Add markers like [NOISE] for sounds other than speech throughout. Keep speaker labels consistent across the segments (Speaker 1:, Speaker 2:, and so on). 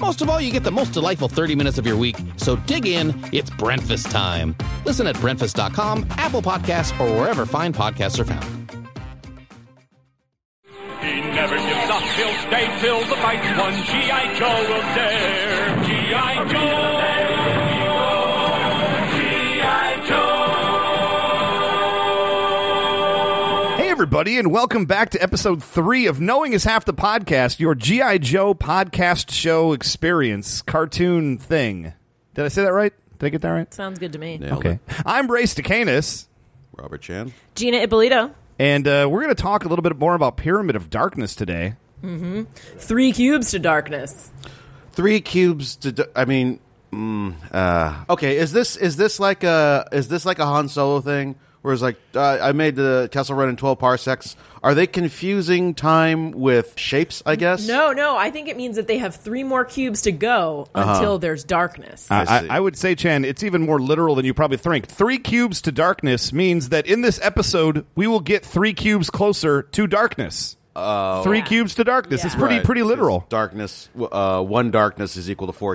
Speaker 1: Most of all, you get the most delightful 30 minutes of your week. So dig in, it's breakfast time. Listen at breakfast.com, Apple Podcasts, or wherever fine podcasts are found.
Speaker 2: He never gives up, he'll stay till the fight's won. G.I. Joe will dare. G.I. Joe. G.I.
Speaker 3: Hey, everybody, and welcome back to episode three of Knowing is Half the Podcast, your G.I. Joe podcast show experience, cartoon thing. Did I say that right? Did I get that right?
Speaker 4: Sounds good to me.
Speaker 5: Nailed
Speaker 3: Okay.
Speaker 5: it.
Speaker 3: I'm Ray Stacanis,
Speaker 5: Robert Chan.
Speaker 4: Gina Ippolito.
Speaker 3: and uh, we're going to talk a little bit more about Pyramid of Darkness today.
Speaker 4: Three cubes to darkness.
Speaker 5: Three cubes to. d- I mean, mm, uh, okay. Is this is this like a is this like a Han Solo thing? Where it's like uh, I made the Kessel Run in twelve parsecs. Are they confusing time with shapes? I guess
Speaker 4: No, no, I think it means that they have three more cubes to go
Speaker 3: Uh-huh.
Speaker 4: until there's darkness.
Speaker 3: I,
Speaker 5: see.
Speaker 3: I, I would say, Chan, it's even more literal than you probably think. Three cubes to darkness means that in this episode, we will get three cubes closer to darkness. Oh. Three cubes to darkness.
Speaker 4: Yeah.
Speaker 3: It's pretty,
Speaker 5: Right,
Speaker 3: pretty
Speaker 5: 'cause
Speaker 3: literal.
Speaker 5: Darkness. Uh, one darkness is equal to four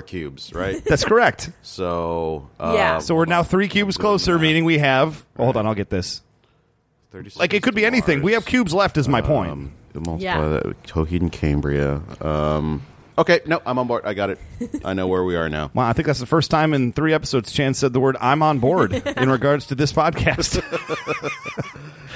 Speaker 4: [LAUGHS]
Speaker 5: cubes, right?
Speaker 3: That's correct.
Speaker 5: so uh,
Speaker 4: yeah.
Speaker 3: So we're now three cubes closer, meaning we have. oh, hold on, I'll get this.
Speaker 5: 30 seconds
Speaker 3: Like it could be
Speaker 5: to
Speaker 3: anything.
Speaker 5: Mars.
Speaker 3: We have cubes left, is my point.
Speaker 5: Um, the multiply
Speaker 4: Yeah.
Speaker 5: that with Coheed and Cambria. Um, okay, no, I'm on board.
Speaker 4: [LAUGHS]
Speaker 5: I got it. I know where we are now.
Speaker 3: Wow, I think that's the first time in three episodes Chan said the word "I'm on board" in regards to this podcast.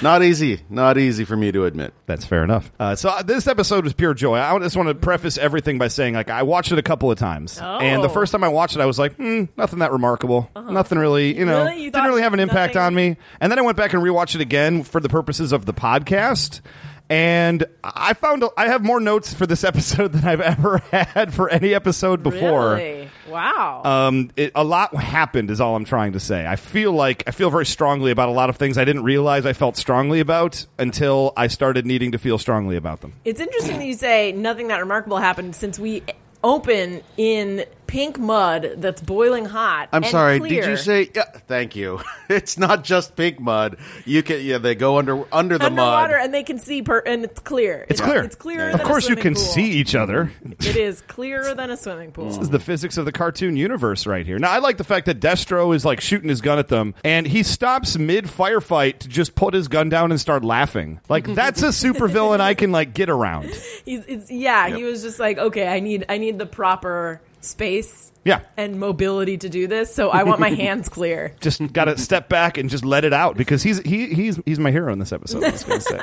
Speaker 5: Not easy. Not easy for me to admit.
Speaker 3: that's fair enough. Uh, so uh, this episode was pure joy. I just want to preface everything by saying, like, I watched it a couple of times, and the
Speaker 4: Oh. Uh-huh.
Speaker 3: first time I watched it, I was like, hmm, nothing that remarkable, nothing really, you know,
Speaker 4: Really? You
Speaker 3: didn't
Speaker 4: thought
Speaker 3: really have an impact
Speaker 4: nothing-
Speaker 3: on me. And then I went back and rewatched it again for the purposes of the podcast. And I found I have more notes for this [LAUGHS] episode than I've ever [LAUGHS] had for any episode before.
Speaker 4: Really? Wow.
Speaker 3: Um, it, a lot happened, is all I'm trying to say. I feel like I feel very strongly about a lot of things I didn't realize I felt strongly about until I started needing to feel strongly about them.
Speaker 4: it's interesting that you say nothing that remarkable happened since we open in pink mud that's boiling hot.
Speaker 5: I'm
Speaker 4: and
Speaker 5: sorry. Did
Speaker 4: clear.
Speaker 5: you say? Yeah, thank you. [LAUGHS] It's not just pink mud. You can. Yeah, they go under under the
Speaker 4: underwater
Speaker 5: mud.
Speaker 4: and they can see per- and it's clear.
Speaker 3: It's clear.
Speaker 4: It's clearer.
Speaker 3: Of
Speaker 4: than a
Speaker 3: course, you can
Speaker 4: swimming pool.
Speaker 3: see Mm. each other.
Speaker 4: It is clearer than a swimming pool.
Speaker 3: This is the physics of the cartoon universe right here. Now, I like the fact that Destro is like shooting his gun at them, and he stops mid firefight to just put his gun down and start laughing. Like that's a supervillain I can like get around.
Speaker 4: He's, it's, yeah,
Speaker 5: Yep.
Speaker 4: he was just like, okay, I need I need the proper space
Speaker 3: Yeah.
Speaker 4: and mobility to do this, so I
Speaker 3: [LAUGHS]
Speaker 4: want my hands clear.
Speaker 3: Just got to step back and just let it out because he's he he's he's my hero in this episode. I was gonna say.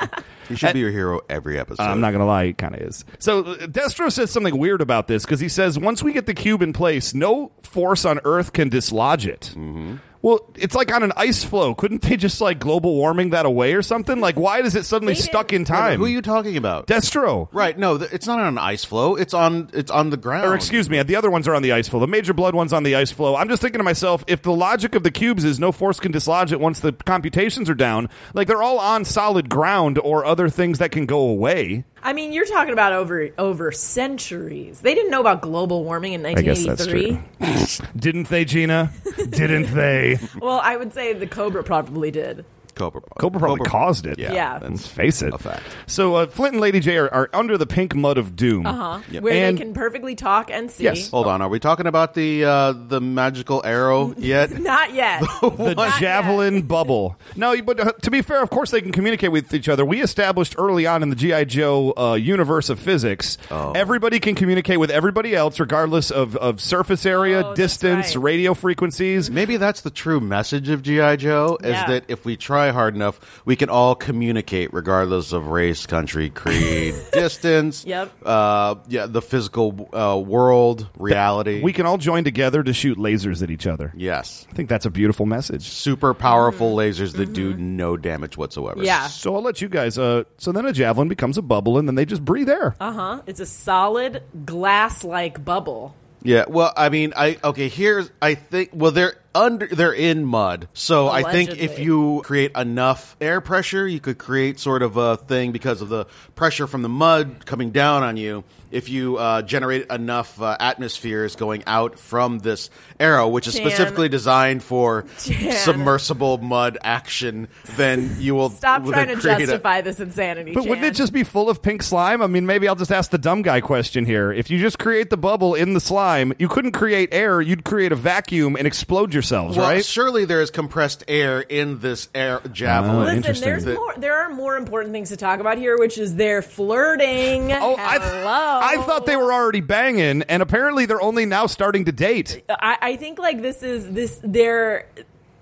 Speaker 5: You should
Speaker 4: Uh,
Speaker 5: be your hero every episode.
Speaker 3: I'm not gonna lie, he kind of is. So uh, Destro says something weird about this because he says once we get the cube in place, no force on Earth can dislodge it.
Speaker 5: Mm-hmm.
Speaker 3: Well, it's like on an ice floe. Couldn't they just like global warming that away or something? Like, why is it suddenly
Speaker 4: They
Speaker 3: stuck in
Speaker 4: didn't-
Speaker 3: time?
Speaker 5: Who are you talking about?
Speaker 3: Destro.
Speaker 5: right. No, th- it's not on an ice floe. It's on. It's on the ground.
Speaker 3: Or excuse me, the other ones are on the ice floe. The major blood one's on the ice floe. I'm just thinking to myself, if the logic of the cubes is no force can dislodge it once the computations are down, like they're all on solid ground or other things that can go away.
Speaker 4: I mean, you're talking about over over centuries. They didn't know about global warming in
Speaker 3: guess that's
Speaker 4: 1983. [LAUGHS]
Speaker 3: Didn't they, Gina? Didn't they?
Speaker 4: Well, I would say the Cobra probably did.
Speaker 5: Cobra. probably-
Speaker 3: Cobra probably caused it.
Speaker 5: Yeah,
Speaker 4: Yeah.
Speaker 3: Let's
Speaker 5: that's
Speaker 3: face it.
Speaker 5: a fact.
Speaker 3: So uh, Flint and Lady J are, are under the pink mud of doom. Uh-huh.
Speaker 4: where
Speaker 3: and
Speaker 4: they can perfectly talk and see.
Speaker 3: Yes.
Speaker 5: Hold on, are we talking about the uh, the magical arrow yet?
Speaker 3: [LAUGHS]
Speaker 4: Not yet.
Speaker 3: the
Speaker 4: Not
Speaker 3: javelin bubble.
Speaker 4: [LAUGHS]
Speaker 3: No, but uh, to be fair, of course they can communicate with each other. We established early on in the GI Joe uh, universe of physics,
Speaker 5: Oh.
Speaker 3: everybody can communicate with everybody else, regardless of, of surface area,
Speaker 4: Oh, that's
Speaker 3: distance,
Speaker 4: right.
Speaker 3: radio frequencies.
Speaker 5: Maybe that's the true message of GI Joe is
Speaker 4: Yeah.
Speaker 5: that if we try hard enough, we can all communicate regardless of race, country,
Speaker 4: [LAUGHS]
Speaker 5: creed, distance.
Speaker 4: Yep.
Speaker 5: Uh, yeah, the physical uh, world, reality.
Speaker 3: We can all join together to shoot lasers at each other.
Speaker 5: yes.
Speaker 3: I think that's a beautiful message.
Speaker 5: Super powerful lasers that do no damage whatsoever.
Speaker 4: Mm-hmm. Yeah.
Speaker 3: So I'll let you guys. Uh, so then a javelin becomes a bubble, and then they just breathe air.
Speaker 4: Uh huh. It's a solid glass like bubble.
Speaker 5: Yeah. Well, I mean, I okay. Here's I think. Well, they're under. They're in mud. So I think if
Speaker 4: Allegedly.
Speaker 5: you create enough air pressure, you could create sort of a thing because of the pressure from the mud coming down on you. If you uh, generate enough uh, atmospheres going out from this arrow, which is
Speaker 4: Jan.
Speaker 5: specifically designed for
Speaker 4: Jan.
Speaker 5: submersible mud action, then you will
Speaker 4: Stop
Speaker 5: will
Speaker 4: trying
Speaker 5: then
Speaker 4: to
Speaker 5: create a-
Speaker 4: justify this insanity.
Speaker 3: But wouldn't
Speaker 4: Jan.
Speaker 3: it just be full of pink slime? I mean, maybe I'll just ask the dumb guy question here. If you just create the bubble in the slime, you couldn't create air. You'd create a vacuum and explode yourselves,
Speaker 5: Well,
Speaker 3: right?
Speaker 5: surely there is compressed air in this air javelin.
Speaker 4: Listen, there's more, there are more important things to talk about here, which is they're flirting.
Speaker 3: Oh,
Speaker 4: Hello.
Speaker 3: I, th- I thought they were already banging, and apparently they're only now starting to date.
Speaker 4: I, I think like this is this they're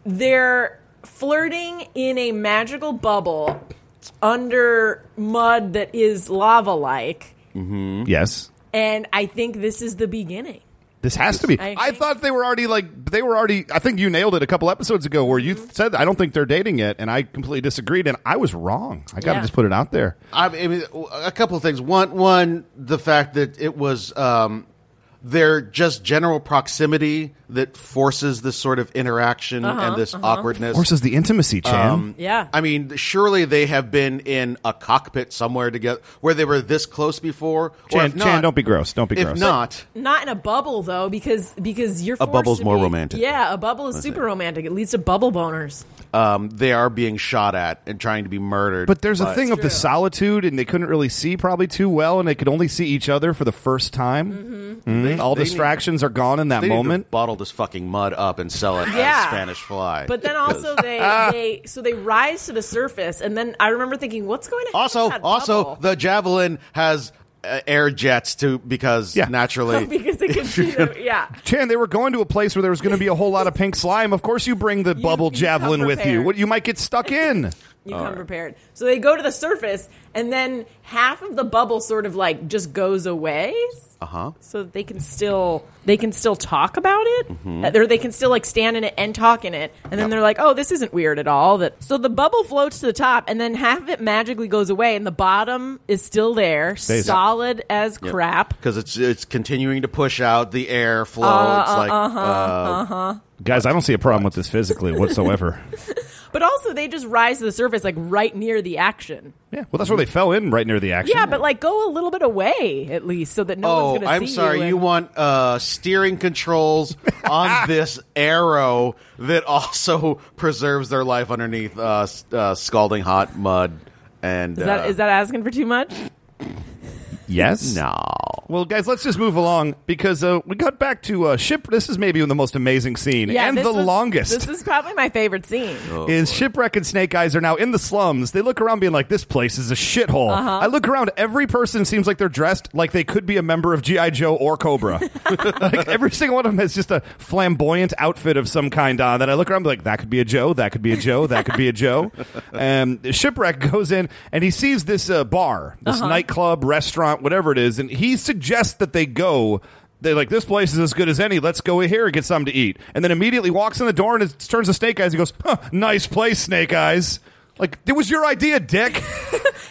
Speaker 4: they're flirting in a magical bubble under mud that is lava like,
Speaker 5: Hmm?
Speaker 3: Yes.
Speaker 4: and I think this is the beginning.
Speaker 3: This has to be.
Speaker 4: I
Speaker 3: I,
Speaker 4: agree.
Speaker 3: thought they were already like they were already. I think you nailed it a couple episodes ago where you
Speaker 4: Mm-hmm.
Speaker 3: said I don't think they're dating yet, and I completely disagreed, and I was wrong. I got to
Speaker 4: Yeah.
Speaker 3: just put it out there.
Speaker 5: I mean, a couple of things. One, one, the fact that it was um, their just general proximity that forces this sort of interaction
Speaker 4: Uh-huh,
Speaker 5: and this awkwardness.
Speaker 3: Horses the intimacy, Chan.
Speaker 5: Um,
Speaker 4: Yeah,
Speaker 5: I mean, surely they have been in a cockpit somewhere together where they were this close before. or
Speaker 3: Chan,
Speaker 5: if not-
Speaker 3: Chan, don't be gross. Don't be
Speaker 5: If
Speaker 3: gross.
Speaker 5: not,
Speaker 4: not in a bubble though, because because you're forced
Speaker 5: bubble's
Speaker 4: to
Speaker 5: more
Speaker 4: be-
Speaker 5: romantic.
Speaker 4: Yeah, a bubble is super romantic. It leads to bubble boners.
Speaker 5: um, they are being shot at and trying to be murdered.
Speaker 3: But there's a thing of the solitude, and they couldn't really see probably too well, and they could only see each other for the first time. Mhm. All
Speaker 5: they need-
Speaker 3: distractions are gone in that
Speaker 5: they need to
Speaker 3: moment.
Speaker 5: bottle this fucking mud up and sell it as
Speaker 4: Yeah.
Speaker 5: Spanish fly.
Speaker 4: But
Speaker 5: [LAUGHS]
Speaker 4: then also they, they so they rise to the surface, and then I remember thinking, what's going to happen
Speaker 5: Also,
Speaker 4: in that
Speaker 5: also
Speaker 4: bubble?
Speaker 5: the javelin has uh, air jets too, because
Speaker 3: Yeah.
Speaker 5: naturally,
Speaker 4: [LAUGHS] because
Speaker 5: [LAUGHS]
Speaker 4: it can see them. Yeah,
Speaker 3: Chan, they were going to a place where there was going to be a whole lot of pink slime. Of course, you bring the bubble
Speaker 4: you
Speaker 3: javelin
Speaker 4: come
Speaker 3: with you.
Speaker 4: prepared.
Speaker 3: What you might get stuck in.
Speaker 4: you come prepared. So they go to the surface, and then half of the bubble sort of like just goes away. Uh
Speaker 5: Uh-huh.
Speaker 4: huh. So that they can still they can still talk about it,
Speaker 5: Mm-hmm.
Speaker 4: Uh, or they can still like stand in it and talk in it, and then they're like, oh, this isn't weird at all. That so the bubble floats to the top, and then half of it magically goes away, and the bottom is still there, solid as crap.
Speaker 5: because it's it's continuing to push out the air flow. it's like
Speaker 4: uh-huh.
Speaker 3: [LAUGHS]
Speaker 5: uh
Speaker 3: Guys, I don't see a problem with this physically whatsoever.
Speaker 4: But also, they just rise to the surface like right near the action.
Speaker 3: [LAUGHS] yeah, well, that's where they fell in, right near the action.
Speaker 4: Yeah, but like go a little bit away at least, so that no one's
Speaker 5: oh,
Speaker 4: going to see
Speaker 5: I'm sorry. You,
Speaker 4: and-
Speaker 5: want uh,
Speaker 3: [LAUGHS]
Speaker 5: steering controls on this arrow that also [LAUGHS] preserves their life underneath uh, s- uh, scalding hot mud. And
Speaker 4: Is that,
Speaker 5: uh,
Speaker 4: is that asking for too much?
Speaker 3: yes,
Speaker 5: no?
Speaker 3: Well, guys, let's just move along because uh, we got back to uh, ship. This is maybe the most amazing scene and
Speaker 4: this
Speaker 3: the
Speaker 4: was-
Speaker 3: longest.
Speaker 4: This is probably my favorite
Speaker 5: [LAUGHS]
Speaker 4: scene.
Speaker 3: is Shipwreck and Snake Eyes are now in the slums. They look around being like, this place is a shithole. I look around, every person seems like they're dressed like they could be a member of G.I. Joe or Cobra. like every single one of them has just a flamboyant outfit of some kind on. That I look around and be like, that could be a Joe, that could be a Joe, that could be a Joe. Um, Shipwreck goes in and he sees this uh, bar, this nightclub, restaurant, whatever it is, and he suggests that they go they're like, this place is as good as any. Let's go here and get something to eat. And then immediately walks in the door and is, turns to Snake Eyes. He goes, huh, nice place, Snake Eyes. Like, it was your idea, dick.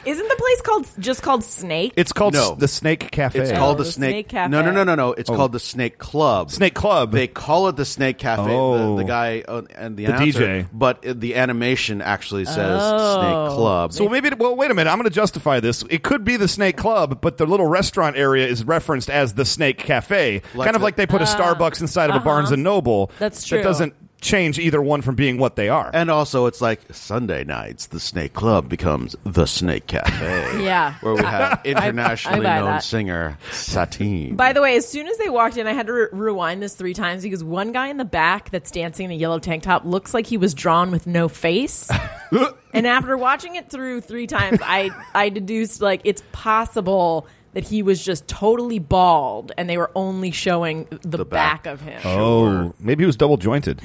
Speaker 4: Isn't the place called just called Snake?
Speaker 3: It's called
Speaker 5: No.
Speaker 3: S- the Snake Cafe.
Speaker 5: It's called the,
Speaker 4: Oh, the
Speaker 5: Snake.
Speaker 4: Snake Cafe.
Speaker 5: No, no, no, no, no. It's called the Snake Club.
Speaker 3: Oh. Snake Club.
Speaker 5: They call it the Snake Cafe.
Speaker 3: Oh.
Speaker 5: The, the guy uh, and the,
Speaker 3: The
Speaker 5: announcer,
Speaker 3: DJ.
Speaker 5: but uh, the animation actually says
Speaker 4: Oh.
Speaker 5: Snake Club.
Speaker 3: so maybe, it- well, wait a minute. I'm going to justify this. It could be the Snake Club, but the little restaurant area is referenced as the Snake Cafe.
Speaker 5: Like
Speaker 3: kind of
Speaker 5: the-
Speaker 3: like they put a Starbucks inside of a Barnes and Noble.
Speaker 4: Ah, uh-huh. That's
Speaker 3: That
Speaker 4: true.
Speaker 3: doesn't change either one from being what they are.
Speaker 5: And also, it's like Sunday nights, the Snake Club becomes the Snake Cafe.
Speaker 4: [LAUGHS] Yeah.
Speaker 5: Where we have internationally
Speaker 4: buy
Speaker 5: known
Speaker 4: that.
Speaker 5: singer Satine.
Speaker 4: By the way, as soon as they walked in, I had to re- rewind this three times because one guy in the back that's dancing in a yellow tank top looks like he was drawn with no face. and after watching it through three times, I I deduced like it's possible that he was just totally bald and they were only showing the,
Speaker 5: back.
Speaker 4: back. of him.
Speaker 3: Oh, maybe it was double
Speaker 4: [LAUGHS]
Speaker 3: jointed.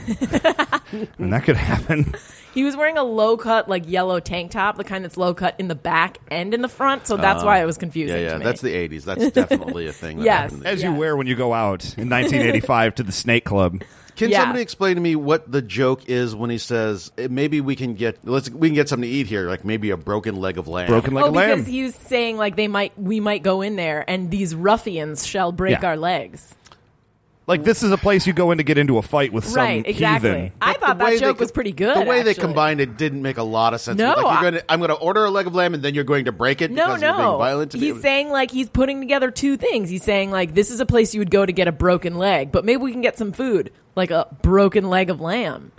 Speaker 3: and that could happen.
Speaker 4: He was wearing a low cut like yellow tank top, the kind that's low cut in the back and in the front, so that's why it was
Speaker 5: yeah,
Speaker 4: confusing.
Speaker 5: yeah,
Speaker 4: to me.
Speaker 5: that's the 80s. That's definitely a thing. That
Speaker 4: Yes.
Speaker 5: happened in the
Speaker 3: As you
Speaker 4: Yeah.
Speaker 3: wear when you go out
Speaker 4: [LAUGHS]
Speaker 3: in 1985 to the Snake Club.
Speaker 5: Can
Speaker 4: Yeah.
Speaker 5: somebody explain to me what the joke is when he says "Eh, maybe we can get let's we can get something to eat here, like maybe a broken leg of lamb?
Speaker 3: Broken like
Speaker 4: oh,
Speaker 3: a lamb.
Speaker 4: because he was saying like they might we might go in there and these ruffians shall break
Speaker 3: Yeah.
Speaker 4: our legs.
Speaker 3: like, this is a place you go in to get into a fight with some
Speaker 4: right, exactly.
Speaker 3: heathen.
Speaker 4: I
Speaker 5: But the
Speaker 4: thought
Speaker 5: way
Speaker 4: that
Speaker 5: they
Speaker 4: joke
Speaker 5: co-
Speaker 4: was pretty good.
Speaker 5: The way they
Speaker 4: actually.
Speaker 5: combined it didn't make a lot of sense.
Speaker 4: No,
Speaker 5: like
Speaker 4: I-
Speaker 5: you're gonna, I'm going to order a leg of lamb and then you're going to break it.
Speaker 4: No,
Speaker 5: because You're being
Speaker 4: no.
Speaker 5: violent to me. It
Speaker 4: he's
Speaker 5: was-
Speaker 4: saying like he's putting together two things. He's saying like this is a place you would go to get a broken leg, but maybe we can get some food, like a broken leg of lamb.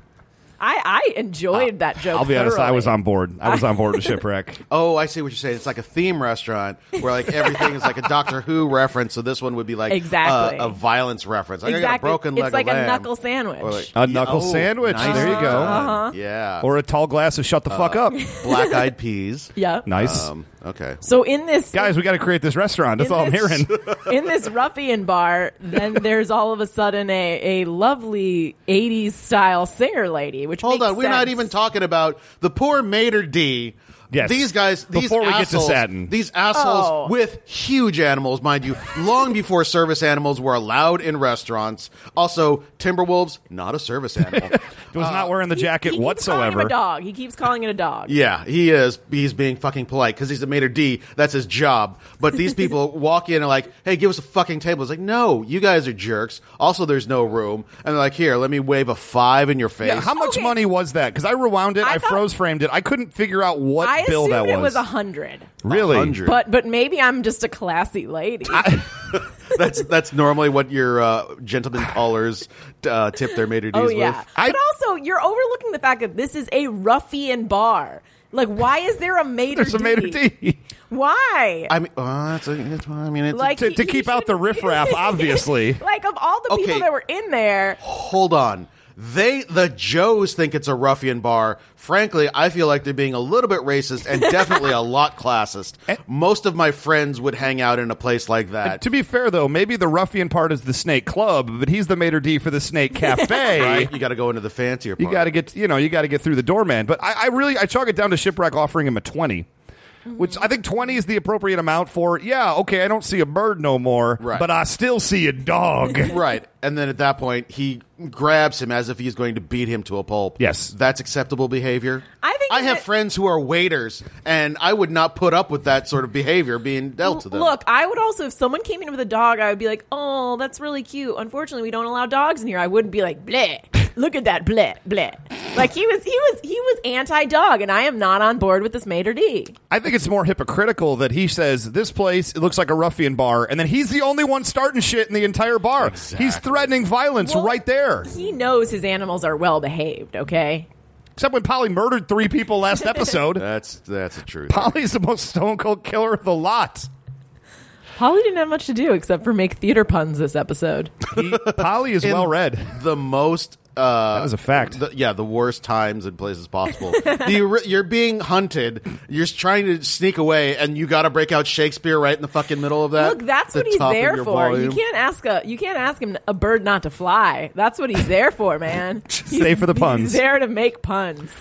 Speaker 4: I I enjoyed that joke.
Speaker 3: I'll be honest, I
Speaker 4: thoroughly.
Speaker 3: was on board. I was on board
Speaker 4: [LAUGHS]
Speaker 3: with Shipwreck.
Speaker 5: Oh, I see what you're saying. It's like a theme restaurant where like everything is like a Doctor Who reference. So this one would be like uh,
Speaker 4: Exactly.
Speaker 5: a, a violence reference. Like, I got a
Speaker 4: Exactly.
Speaker 5: broken
Speaker 4: It's
Speaker 5: leg
Speaker 4: like
Speaker 5: of
Speaker 4: a
Speaker 5: lamb.
Speaker 4: knuckle sandwich. Uh-huh.
Speaker 5: Or like-
Speaker 3: A knuckle
Speaker 5: Oh,
Speaker 3: sandwich.
Speaker 5: nice
Speaker 3: There you go.
Speaker 5: one. Yeah.
Speaker 3: Or a tall glass of shut the fuck up.
Speaker 5: black eyed peas.
Speaker 4: [LAUGHS] Yeah.
Speaker 3: Nice.
Speaker 5: Um, okay.
Speaker 4: So in this
Speaker 3: Guys, we got to create this restaurant. That's
Speaker 4: in
Speaker 3: all I'm
Speaker 4: this- [LAUGHS]
Speaker 3: hearing.
Speaker 4: in this ruffian bar, then there's all of a sudden a, a lovely 80s style singer lady, which
Speaker 5: Hold
Speaker 4: makes
Speaker 5: on, we're not
Speaker 4: sense.
Speaker 5: even talking about the poor Mater D.
Speaker 3: Yes.
Speaker 5: These guys, these
Speaker 3: Before we get to
Speaker 5: assholes,
Speaker 3: Satin.
Speaker 5: these assholes
Speaker 4: Oh.
Speaker 5: with huge animals, mind you, long before service animals were allowed in restaurants. Also, timberwolves, not a
Speaker 3: [LAUGHS]
Speaker 5: service animal. Uh,
Speaker 3: was not wearing the
Speaker 4: He
Speaker 3: jacket
Speaker 4: keeps
Speaker 3: whatsoever.
Speaker 4: Calling him a dog. He keeps calling it a dog.
Speaker 5: yeah, he is. He's being fucking polite because he's a Mater D. That's his job.
Speaker 4: [LAUGHS]
Speaker 5: But these people walk in and like, hey, give us a fucking table. It's like, no, you guys are jerks. Also, there's no room. And they're like, here, let me wave a five in your face.
Speaker 3: Yeah, how much
Speaker 4: Okay.
Speaker 3: money was that? Because I rewound it, I,
Speaker 4: I thought-
Speaker 3: froze framed it. I couldn't figure out what
Speaker 4: I
Speaker 3: bill
Speaker 4: assumed
Speaker 3: that was.
Speaker 4: it was a hundred,
Speaker 3: really?
Speaker 5: 100.
Speaker 4: but but maybe I'm just a classy lady.
Speaker 5: That's that's normally what your uh, gentleman callers uh, tip their maitre d's
Speaker 4: oh yeah,
Speaker 5: with.
Speaker 3: I-
Speaker 4: but also you're overlooking the fact that this is a ruffian bar. Like, why is there a
Speaker 3: [LAUGHS]
Speaker 4: mater?
Speaker 3: There's a maitre d
Speaker 4: Why?
Speaker 5: I mean, uh, that's a, that's why- I mean, it's
Speaker 4: like
Speaker 3: to,
Speaker 4: he-
Speaker 3: to
Speaker 4: he
Speaker 3: keep out the
Speaker 4: shouldn't- [LAUGHS]
Speaker 3: riffraff, obviously.
Speaker 4: Like of all the
Speaker 5: Okay.
Speaker 4: people that were in there,
Speaker 5: hold on. They the Joes think it's a ruffian bar. Frankly, I feel like they're being a little bit racist and definitely a
Speaker 3: [LAUGHS]
Speaker 5: lot classist. Most of my friends would hang out in a place like that.
Speaker 3: Eh. to be fair, though, maybe the ruffian part is the snake club, but he's the maitre d for the
Speaker 4: [LAUGHS]
Speaker 3: snake cafe.
Speaker 5: right? You got to go into the fancier part.
Speaker 3: You got to get, you know, you got to get through the doorman. But I, I really, I chalk it down to shipwreck offering him a 20 which I think twenty is the appropriate amount for. Yeah, okay, I don't see a bird no more,
Speaker 5: Right.
Speaker 3: but I still see a dog.
Speaker 5: [LAUGHS] Right. And then at that point, he grabs him as if he's going to beat him to a pulp.
Speaker 3: Yes.
Speaker 5: That's acceptable behavior.
Speaker 4: I think
Speaker 5: I have
Speaker 4: that-
Speaker 5: friends who are waiters, and I would not put up with that sort of behavior being dealt to them.
Speaker 4: Look, I would also if someone came in with a dog, I would be like, "Oh, that's really cute." Unfortunately, we don't allow dogs in here. I wouldn't be like, "Bleh,
Speaker 5: [LAUGHS]
Speaker 4: look at that, bleh, bleh." Like he was, he was, he was anti-dog, and I am not on board with this Mater D.
Speaker 3: I think it's more hypocritical that he says this place it looks like a ruffian bar, and then he's the only one starting shit in the entire bar. He's threatening violence
Speaker 4: Well,
Speaker 3: right there.
Speaker 4: He knows his animals are well behaved. Okay,
Speaker 3: Except when Polly murdered three people last episode.
Speaker 5: That's that's the truth.
Speaker 3: Polly's the most stone cold killer of the lot.
Speaker 4: Holly didn't have much to do except for make theater puns this episode.
Speaker 3: He, Polly is well read.
Speaker 5: The most. Uh,
Speaker 3: That was a fact.
Speaker 5: the- yeah, the worst times and places
Speaker 4: [LAUGHS]
Speaker 5: possible. you, re- you're being hunted. You're s- trying to sneak away, and you got to break out Shakespeare right in the fucking middle of that.
Speaker 4: Look, that's
Speaker 5: The
Speaker 4: what he's
Speaker 5: top of
Speaker 4: there
Speaker 5: your
Speaker 4: for.
Speaker 5: volume.
Speaker 4: You can't ask a you can't ask him a bird not to fly. That's what he's there for,
Speaker 5: [LAUGHS]
Speaker 4: man.
Speaker 3: Stay for the puns.
Speaker 4: He's there to make puns.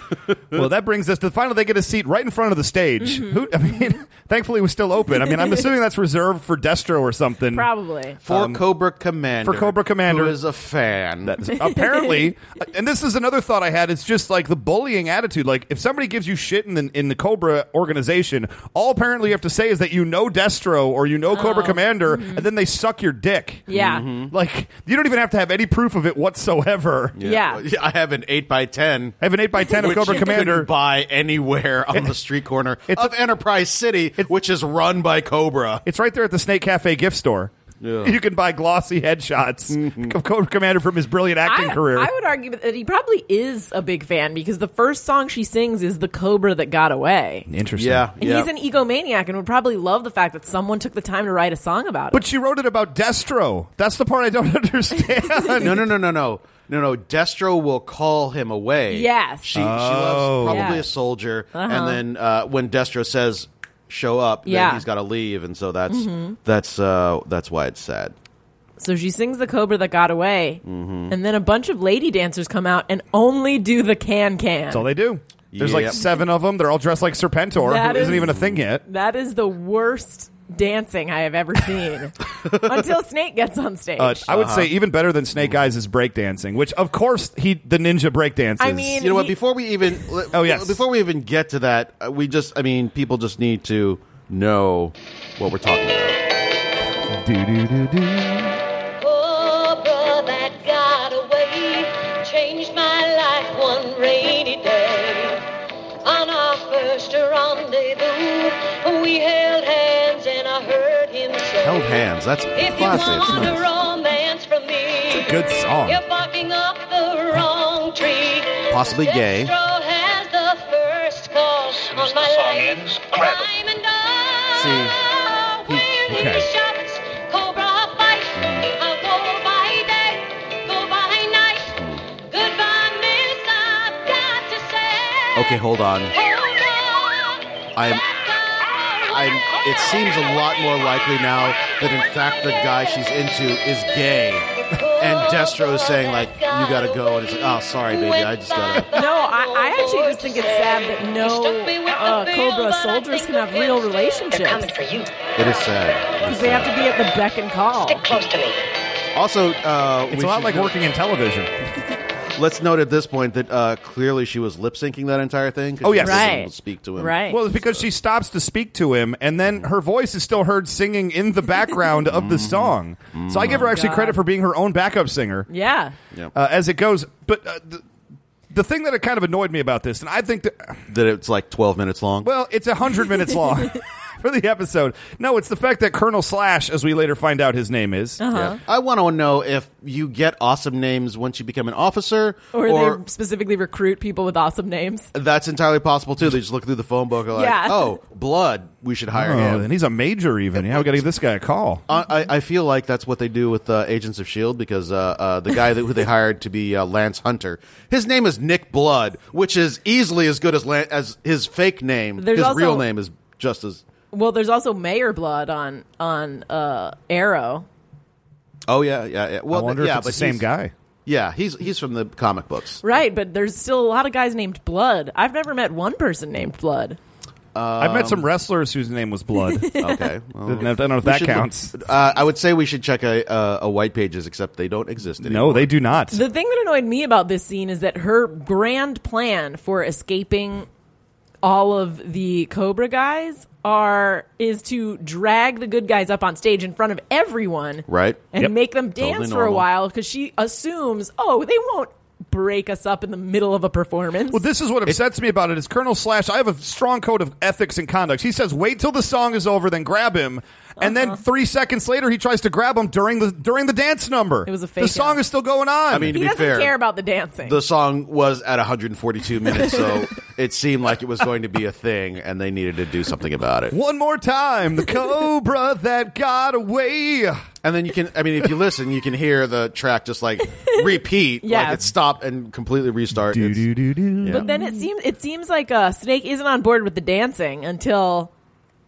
Speaker 3: Well, that brings us to finally they get a seat right in front of the stage.
Speaker 4: Mm-hmm.
Speaker 3: Who, I
Speaker 4: [LAUGHS]
Speaker 3: mean, thankfully it was still open. I mean, I'm assuming that's reserved for Destro or something.
Speaker 5: [LAUGHS]
Speaker 4: Probably.
Speaker 5: for Um, Cobra Commander.
Speaker 3: for Cobra Commander.
Speaker 5: who is a fan.
Speaker 4: [LAUGHS]
Speaker 3: apparently uh, and this is another thought i had it's just like the bullying attitude like if somebody gives you shit in the, in the cobra organization all apparently you have to say is that you know destro or you know cobra commander and then they suck your dick
Speaker 4: Oh, mm-hmm. Yeah.
Speaker 3: like you don't even have to have any proof of it whatsoever
Speaker 5: [LAUGHS]
Speaker 4: Yeah.
Speaker 5: Well, I have an eight by ten.
Speaker 3: I have an 8x10 of
Speaker 5: Which
Speaker 3: Cobra
Speaker 5: you couldn't
Speaker 3: Commander.
Speaker 5: buy
Speaker 3: [LAUGHS]
Speaker 5: anywhere on the street corner
Speaker 3: It's
Speaker 5: of Enterprise City, which is run by Cobra.
Speaker 3: It's right there at the Snake Cafe gift store. You can buy glossy headshots
Speaker 5: Mm-hmm.
Speaker 3: of Code Commander from his brilliant acting
Speaker 4: I,
Speaker 3: career.
Speaker 4: I would argue that he probably is a big fan because the first song she sings is The Cobra That Got Away.
Speaker 3: Interesting.
Speaker 5: Yeah,
Speaker 4: And
Speaker 5: yeah.
Speaker 4: he's an egomaniac and would probably love the fact that someone took the time to write a song about
Speaker 3: But
Speaker 4: it.
Speaker 3: she wrote it about Destro. That's the part I don't [LAUGHS] understand.
Speaker 5: no, no, no, no, no, no, no. Destro will call him away.
Speaker 4: Yes.
Speaker 5: she she
Speaker 3: Oh.
Speaker 5: loves probably
Speaker 4: Yes.
Speaker 5: a soldier,
Speaker 4: Uh-huh.
Speaker 5: and then uh, when Destro says show up, then
Speaker 4: Yeah. Mm-hmm.
Speaker 5: he's got to leave, and so that's that's uh, that's why it's sad.
Speaker 4: So she sings The Cobra That Got Away.
Speaker 3: Mm-hmm.
Speaker 4: And then a bunch of lady dancers come out and only do the can can.
Speaker 3: That's all they do. There's
Speaker 5: Yep.
Speaker 3: like seven of them. They're all dressed like Serpentor,
Speaker 4: That
Speaker 3: who isn't
Speaker 4: is-
Speaker 3: even a thing yet.
Speaker 4: That is the worst dancing I have ever
Speaker 3: [LAUGHS]
Speaker 4: seen. Until Snake gets on stage.
Speaker 3: Uh, I would say
Speaker 5: Uh-huh.
Speaker 3: even better than Snake Eyes is breakdancing, which of course he the ninja breakdances.
Speaker 4: I mean-
Speaker 5: You know what?
Speaker 4: He-
Speaker 5: Before we even
Speaker 4: [LAUGHS]
Speaker 3: Oh, yes.
Speaker 5: before we even get to that, uh, we just I mean, people just need to know what we're talking about.
Speaker 6: Cobra that Oh, got away changed my life one rainy day. On our first rendezvous, we held hands and I heard him say,
Speaker 5: Held hands. That's
Speaker 6: If you
Speaker 5: classy. It's
Speaker 6: want a
Speaker 5: nice.
Speaker 6: romance from me,
Speaker 3: good song.
Speaker 6: you're barking up the wrong tree.
Speaker 5: Possibly gay.
Speaker 6: Destro has the first call on my life. Crime and I
Speaker 5: See,
Speaker 6: win in
Speaker 3: okay.
Speaker 6: the shots. Cobra fight. I'll go by day, go by night. Goodbye, miss. I've got to say.
Speaker 5: Okay, hold on.
Speaker 6: Cobra,
Speaker 5: I'm-
Speaker 6: that got
Speaker 5: I'm,
Speaker 6: away.
Speaker 5: it seems a lot more likely now that in fact the guy she's into is gay, and Destro is saying like, "You gotta go," and it's like, "Oh, sorry, baby, I just gotta."
Speaker 4: [LAUGHS] No, I, I actually just think it's sad that no uh, Cobra soldiers can have real relationships
Speaker 6: for you.
Speaker 5: It is sad. It
Speaker 4: because
Speaker 5: is
Speaker 4: they have to
Speaker 5: sad.
Speaker 4: be at the beck and call.
Speaker 6: Close to me.
Speaker 5: Also, uh,
Speaker 3: it's
Speaker 5: we
Speaker 3: a lot
Speaker 5: should
Speaker 3: like
Speaker 5: note-
Speaker 3: working in television.
Speaker 5: Let's note at this point that uh, clearly she was lip syncing that entire thing. 'cause
Speaker 3: Oh,
Speaker 5: she
Speaker 3: yes.
Speaker 5: doesn't
Speaker 4: Right.
Speaker 5: Speak to him.
Speaker 4: Right.
Speaker 3: Well, it's because she stops to speak to him, and then her voice is still heard singing in the background of the
Speaker 5: Mm.
Speaker 3: song. So I give her actually
Speaker 4: Oh, God.
Speaker 3: credit for being her own backup singer.
Speaker 4: yeah.
Speaker 3: uh, as it goes. But uh, the, the thing that it kind of annoyed me about this, and I think that,
Speaker 5: That it's like twelve minutes long.
Speaker 3: well, it's hundred minutes
Speaker 4: [LAUGHS]
Speaker 3: long for the episode. No, it's the fact that Colonel Slash, as we later find out his name is,
Speaker 4: Uh-huh.
Speaker 5: Yeah. I want to know if you get awesome names once you become an officer,
Speaker 4: Or,
Speaker 5: or,
Speaker 4: they specifically recruit people with awesome names.
Speaker 5: that's entirely possible too. They just look through the phone book, and like,
Speaker 4: Yeah.
Speaker 5: oh, blood. We should hire
Speaker 3: oh,
Speaker 5: him.
Speaker 3: and he's a major even. Yeah, we got to give this guy a call.
Speaker 5: Uh, I, I feel like that's what they do with uh, Agents of Shield because uh, uh, the guy that, who they hired to be uh, Lance Hunter, his name is Nick Blood, which is easily as good as Lan- as his fake name.
Speaker 4: There's
Speaker 5: his
Speaker 4: also-
Speaker 5: real name is just as.
Speaker 4: Well, there's also Mayor Blood on on uh, Arrow.
Speaker 5: Oh yeah, yeah. yeah. Well,
Speaker 3: I wonder
Speaker 5: yeah,
Speaker 3: if it's the
Speaker 5: but
Speaker 3: same
Speaker 5: he's-
Speaker 3: guy.
Speaker 5: Yeah, he's he's from the
Speaker 4: [LAUGHS]
Speaker 5: comic books.
Speaker 4: Right, but there's still a lot of guys named Blood. I've never met one person named Blood.
Speaker 3: I've met some wrestlers whose name was
Speaker 5: [LAUGHS]
Speaker 3: Blood.
Speaker 5: Okay, well,
Speaker 3: I don't know if
Speaker 5: um, we
Speaker 3: that
Speaker 5: should- [LAUGHS]
Speaker 3: counts.
Speaker 5: Uh, I would say we should check a, a, a white pages, except they don't exist anymore.
Speaker 3: No, they do not.
Speaker 4: The thing that annoyed me about this scene is that her grand plan for escaping all of the Cobra guys are is to drag the good guys up on stage in front of everyone
Speaker 5: right.
Speaker 4: and
Speaker 3: Yep.
Speaker 4: make them
Speaker 5: Totally
Speaker 4: dance for a
Speaker 5: normal.
Speaker 4: while because she assumes, oh, they won't break us up in the middle of a performance.
Speaker 3: Well, this is what upsets me about it is Colonel Slash. I have a strong code of ethics and conduct. He says, "Wait till the song is over, then grab him." And then three seconds later, he tries to grab him during the during the dance number. It
Speaker 4: was a fake
Speaker 3: The song
Speaker 4: out.
Speaker 3: is still going on.
Speaker 5: I mean, to
Speaker 4: he
Speaker 5: be
Speaker 4: doesn't
Speaker 5: fair,
Speaker 4: care about the dancing.
Speaker 5: the song was at 142 minutes,
Speaker 4: [LAUGHS]
Speaker 5: so it seemed like it was going to be a thing, and they needed to do something about
Speaker 3: [LAUGHS]
Speaker 5: it.
Speaker 3: one more time, the cobra that got away.
Speaker 5: And then you can, I mean, if you listen, you can hear the track
Speaker 4: [LAUGHS]
Speaker 5: just like repeat,
Speaker 4: Yes.
Speaker 5: like it stop and completely restart. It's-
Speaker 4: But then it seems it seems like uh, Snake isn't on board with the dancing until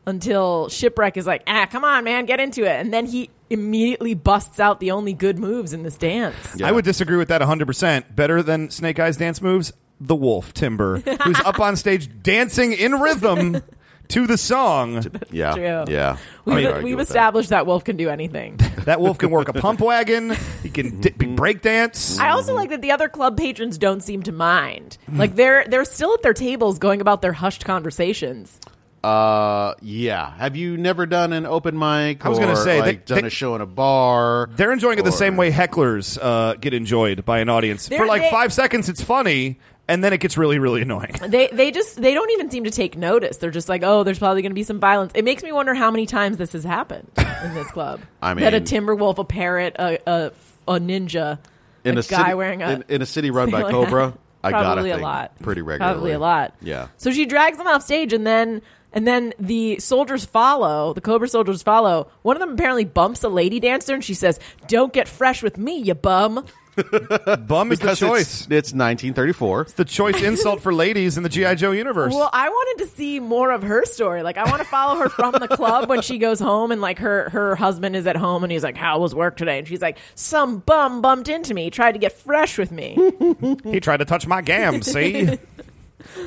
Speaker 4: until Shipwreck is like, ah, come on, man, get into it, and then he immediately busts out the only good moves in this dance.
Speaker 5: Yeah.
Speaker 3: I would disagree with that 100. percent Better than Snake Eyes dance moves, the Wolf Timber, who's up on stage dancing in rhythm to the song.
Speaker 5: yeah,
Speaker 4: True.
Speaker 5: yeah. I would
Speaker 4: We've,
Speaker 5: argue
Speaker 4: we've
Speaker 5: with that.
Speaker 4: established that. Wolf can do anything.
Speaker 3: That wolf can work a pump wagon. He can di- break dance.
Speaker 4: I
Speaker 5: Mm-hmm.
Speaker 4: also like that the other club patrons don't seem to mind. Like they're they're still at their tables going about their hushed conversations.
Speaker 5: Uh, yeah. Have you never done an open mic?
Speaker 3: I was gonna
Speaker 5: or,
Speaker 3: say,
Speaker 5: like,
Speaker 3: they-
Speaker 5: done
Speaker 3: they-
Speaker 5: a show in a bar.
Speaker 3: They're enjoying it the
Speaker 5: Or-
Speaker 3: same way hecklers uh, get enjoyed by an audience.
Speaker 4: They're-
Speaker 3: For like
Speaker 4: they-
Speaker 3: five seconds, it's funny, and then it gets really, really annoying.
Speaker 4: They they just they don't even seem to take notice. They're just like, oh, there's probably going to be some violence. It makes me wonder how many times this has happened. in this club.
Speaker 5: [LAUGHS] I
Speaker 4: that a
Speaker 5: mean-
Speaker 4: timberwolf, a parrot, a a, a ninja,
Speaker 5: in
Speaker 4: a,
Speaker 5: a
Speaker 4: guy
Speaker 5: city,
Speaker 4: wearing a
Speaker 5: in, in a city run by
Speaker 4: something [LAUGHS] like
Speaker 5: Cobra.
Speaker 4: that.
Speaker 5: I got
Speaker 4: Probably a lot.
Speaker 5: pretty regularly.
Speaker 4: Probably a lot.
Speaker 5: Yeah.
Speaker 4: So she drags them off stage, and then and then the soldiers follow. The Cobra soldiers follow. One of them apparently bumps a lady dancer, and she says, "Don't get fresh with me, you bum."
Speaker 3: [LAUGHS] Bum is the
Speaker 5: Because it's,
Speaker 3: choice.
Speaker 5: it's 1934.
Speaker 3: It's the choice insult for ladies in the GI Joe universe.
Speaker 4: Well, I wanted to see more of her story. Like, I want to follow her from the club when she goes home, and like her her husband is at home, and he's like, "How was work today?" And she's like, "Some bum bumped into me, tried to get fresh with me."
Speaker 5: Hmm.
Speaker 3: He tried to touch my
Speaker 4: [LAUGHS]
Speaker 3: gam, see?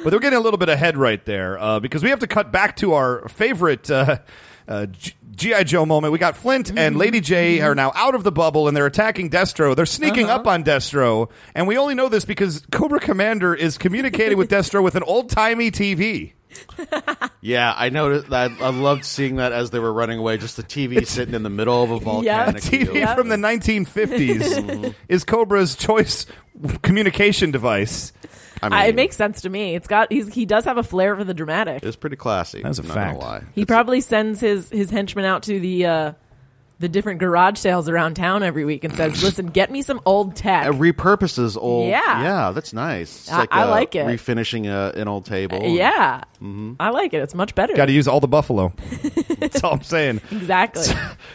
Speaker 3: but we're getting a little bit ahead right there uh, because we have to cut back to our favorite uh, uh, G- G.I. Joe moment. We got Flint
Speaker 4: Mm-hmm.
Speaker 3: and Lady J are now out of the bubble and they're attacking Destro. They're sneaking
Speaker 4: Uh-huh.
Speaker 3: up on Destro. And we only know this because Cobra Commander is communicating with Destro with an old timey TV.
Speaker 5: Yeah, I noticed that. I loved seeing that as they were running away. Just the TV sitting in the middle of
Speaker 4: [LAUGHS]
Speaker 5: a volcanic
Speaker 3: TV
Speaker 5: field.
Speaker 3: from the
Speaker 5: Mm-hmm.
Speaker 3: 1950s is Cobra's choice communication device.
Speaker 5: I mean,
Speaker 4: I, it makes sense to me. It's got he's, he does have a flair for the dramatic.
Speaker 5: It's pretty classy.
Speaker 3: That's a
Speaker 5: I'm
Speaker 3: fact.
Speaker 5: Not gonna lie.
Speaker 4: He
Speaker 5: It's-
Speaker 4: probably sends his his henchmen out to the uh, the different garage sales around town every week and says, "Listen, get me some old tech."
Speaker 5: it repurposes old.
Speaker 4: Yeah.
Speaker 5: yeah, that's nice. It's
Speaker 4: I- I
Speaker 5: uh,
Speaker 4: like it. Uh,
Speaker 5: Refinishing a, an old Mm-hmm. table.
Speaker 4: yeah, I like it. It's much better.
Speaker 3: Got to use all the buffalo. That's all I'm saying.
Speaker 5: [LAUGHS]
Speaker 4: exactly.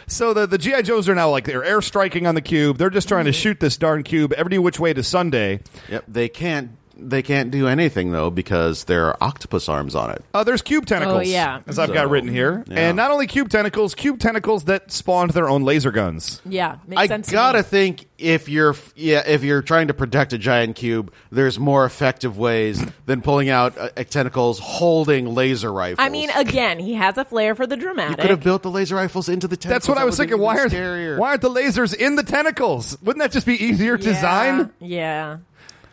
Speaker 3: So the, the GI Joes are now like they're air striking on the cube. They're just trying to
Speaker 4: Mm-hmm.
Speaker 3: shoot this darn cube every which way to Sunday.
Speaker 5: Yep. They can't. They can't do anything though because there are octopus arms on it.
Speaker 3: Uh, there's cube tentacles.
Speaker 4: Oh, yeah.
Speaker 3: as I've
Speaker 5: So,
Speaker 3: got written here,
Speaker 5: yeah.
Speaker 3: and not only cube tentacles, cube tentacles that spawned their own laser guns.
Speaker 4: yeah, makes
Speaker 5: I
Speaker 4: sense. to
Speaker 5: gotta
Speaker 4: me.
Speaker 5: think if you're f- yeah if you're trying to protect a giant cube, there's more effective ways than pulling out uh, tentacles holding laser rifles.
Speaker 4: I mean, again, he has a flair for the dramatic.
Speaker 5: you could have built the laser rifles into the tentacles.
Speaker 3: That's what I was
Speaker 5: That
Speaker 3: thinking.
Speaker 5: would've
Speaker 3: Why
Speaker 5: been
Speaker 3: are
Speaker 5: scarier.
Speaker 3: why aren't the lasers in the tentacles? Wouldn't that just be easier
Speaker 4: Yeah,
Speaker 3: design?
Speaker 4: Yeah.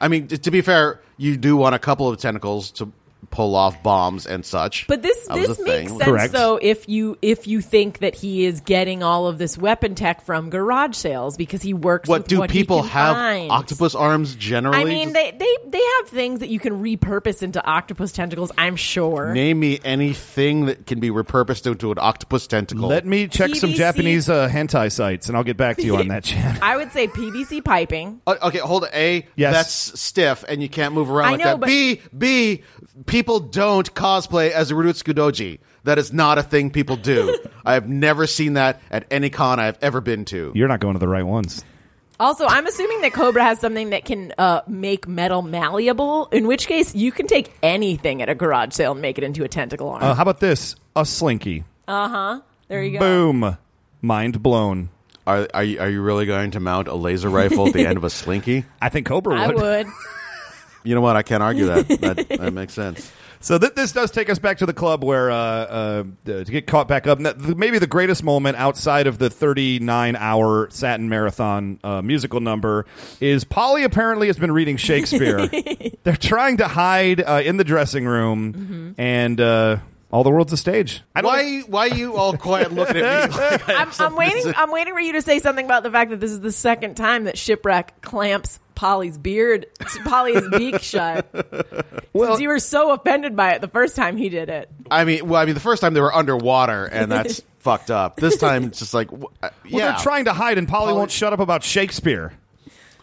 Speaker 5: I mean, t- to be fair, you do want a couple of tentacles to pull off bombs and such.
Speaker 4: But this
Speaker 5: That was
Speaker 4: this
Speaker 5: a
Speaker 4: makes
Speaker 5: thing.
Speaker 4: sense
Speaker 3: Correct.
Speaker 4: though if you if you think that he is getting all of this weapon tech from garage sales because he works
Speaker 5: What
Speaker 4: with
Speaker 5: do
Speaker 4: what he
Speaker 5: people
Speaker 4: can
Speaker 5: have
Speaker 4: find.
Speaker 5: octopus arms generally?
Speaker 4: I mean,
Speaker 5: Just
Speaker 4: they, they they have things that you can repurpose into octopus tentacles. I'm sure.
Speaker 5: name me anything that can be repurposed into an octopus tentacle.
Speaker 3: Let me check some
Speaker 4: PVC.
Speaker 3: Japanese uh, hentai sites, and I'll get back to you on that, Chad.
Speaker 4: I would say PVC piping.
Speaker 5: Uh, okay, hold it. A,
Speaker 3: Yes.
Speaker 5: that's stiff and you can't move around
Speaker 4: I
Speaker 5: like
Speaker 4: know,
Speaker 5: that.
Speaker 4: but-
Speaker 5: B, B, people don't cosplay as a Rurutsuku Doji. That is not a thing
Speaker 4: [LAUGHS]
Speaker 5: people do. I have never seen that at any con I've ever been to.
Speaker 3: You're not going to the right ones.
Speaker 4: Also, I'm assuming that Cobra has something that can uh, make metal malleable. In which case, you can take anything at a garage sale and make it into a tentacle arm.
Speaker 3: Uh, how about this? A slinky.
Speaker 4: there you go.
Speaker 3: Boom. Mind blown.
Speaker 5: Are, are, you, are you really going to mount a laser rifle at the end of a slinky?
Speaker 3: I think Cobra
Speaker 4: I would.
Speaker 5: You know what? I can't argue [LAUGHS] that. That, that makes sense.
Speaker 3: So th- this does take us back to the club where uh, uh, to get caught back up. Th- Maybe the greatest moment outside of the 39 hour Satin Marathon uh, musical number is Polly apparently has been reading Shakespeare. They're trying to hide uh, in the dressing room, and uh, all the world's a stage. I don't
Speaker 5: Why why you all quiet looking at me? Like, [LAUGHS]
Speaker 4: I'm, I'm waiting. I'm waiting for you to say something about the fact that this is the second time that shipwreck clamps Polly's beard, Polly's
Speaker 5: [LAUGHS]
Speaker 4: beak shut. Since you were so offended by it the first time he did it.
Speaker 5: I mean, well, I mean, the first time they were underwater, and
Speaker 3: [LAUGHS]
Speaker 5: that's fucked up. This time, it's just like, wh- uh,
Speaker 3: Well,
Speaker 5: yeah,
Speaker 3: they're trying to hide, and Polly won't shut up about Shakespeare.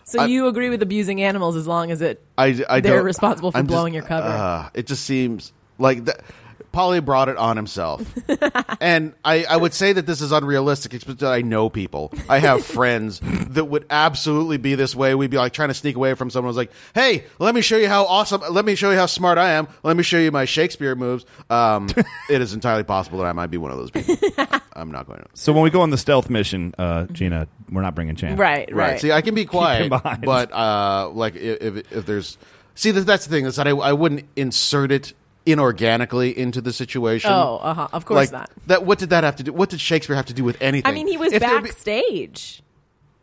Speaker 4: So you agree with abusing animals as long as it
Speaker 5: I, I
Speaker 4: they're
Speaker 5: don't-
Speaker 4: responsible for
Speaker 5: I'm
Speaker 4: blowing your
Speaker 5: just-
Speaker 4: cover.
Speaker 5: Uh, it just seems like th- Polly brought it on himself,
Speaker 4: [LAUGHS]
Speaker 5: and I, I would say that this is unrealistic. Except that I know people. I
Speaker 4: [LAUGHS]
Speaker 5: have friends that would absolutely be this way. We'd be like trying to sneak away from someone. who's like, hey, let me show you how awesome. Let me show you how smart I am. Let me show you my Shakespeare moves.
Speaker 4: [LAUGHS]
Speaker 5: Um, it is entirely possible that I might be one of those people. I- I'm not going to.
Speaker 3: So when we go on the stealth mission, uh, Gina, we're not bringing Chan.
Speaker 4: right, right.
Speaker 5: Right. See, I can
Speaker 4: [LAUGHS]
Speaker 5: be quiet,
Speaker 3: in mind.
Speaker 5: but uh, like if, if if there's see that that's the thing is that I, I wouldn't insert it inorganically into the situation.
Speaker 4: Oh, uh-huh. Of course
Speaker 5: Like,
Speaker 4: not.
Speaker 5: That what did that have to do? What did Shakespeare have to do with anything?
Speaker 4: I mean, he was
Speaker 5: If there be-
Speaker 4: backstage.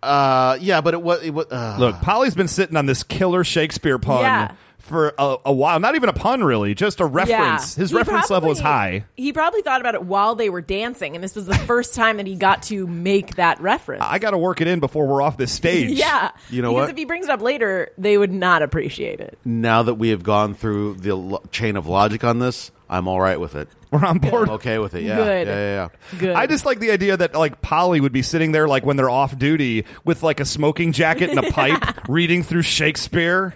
Speaker 5: uh, yeah, but it was. It was uh,
Speaker 3: Look, Polly's been sitting on this killer Shakespeare pun
Speaker 4: Yeah.
Speaker 3: for a, a while. Not even a pun, really. Just a reference. His
Speaker 4: He
Speaker 3: reference level is
Speaker 4: probably-
Speaker 3: high.
Speaker 4: He probably thought about it while they were dancing, and this was the first time that he got to make that reference.
Speaker 3: I got to work it in before we're off this stage.
Speaker 4: [LAUGHS] yeah.
Speaker 5: You know
Speaker 4: because
Speaker 5: what?
Speaker 4: if he brings it up later, they would not appreciate it.
Speaker 5: Now that we have gone through the lo- chain of logic on this, I'm all right [LAUGHS] with it.
Speaker 3: We're on board.
Speaker 5: I'm okay with it. Yeah.
Speaker 4: Good.
Speaker 5: Yeah, yeah, yeah.
Speaker 4: Good.
Speaker 3: I just like the idea that like Polly would be sitting there like when they're off duty with like a smoking jacket and a
Speaker 4: [LAUGHS]
Speaker 3: pipe reading through Shakespeare.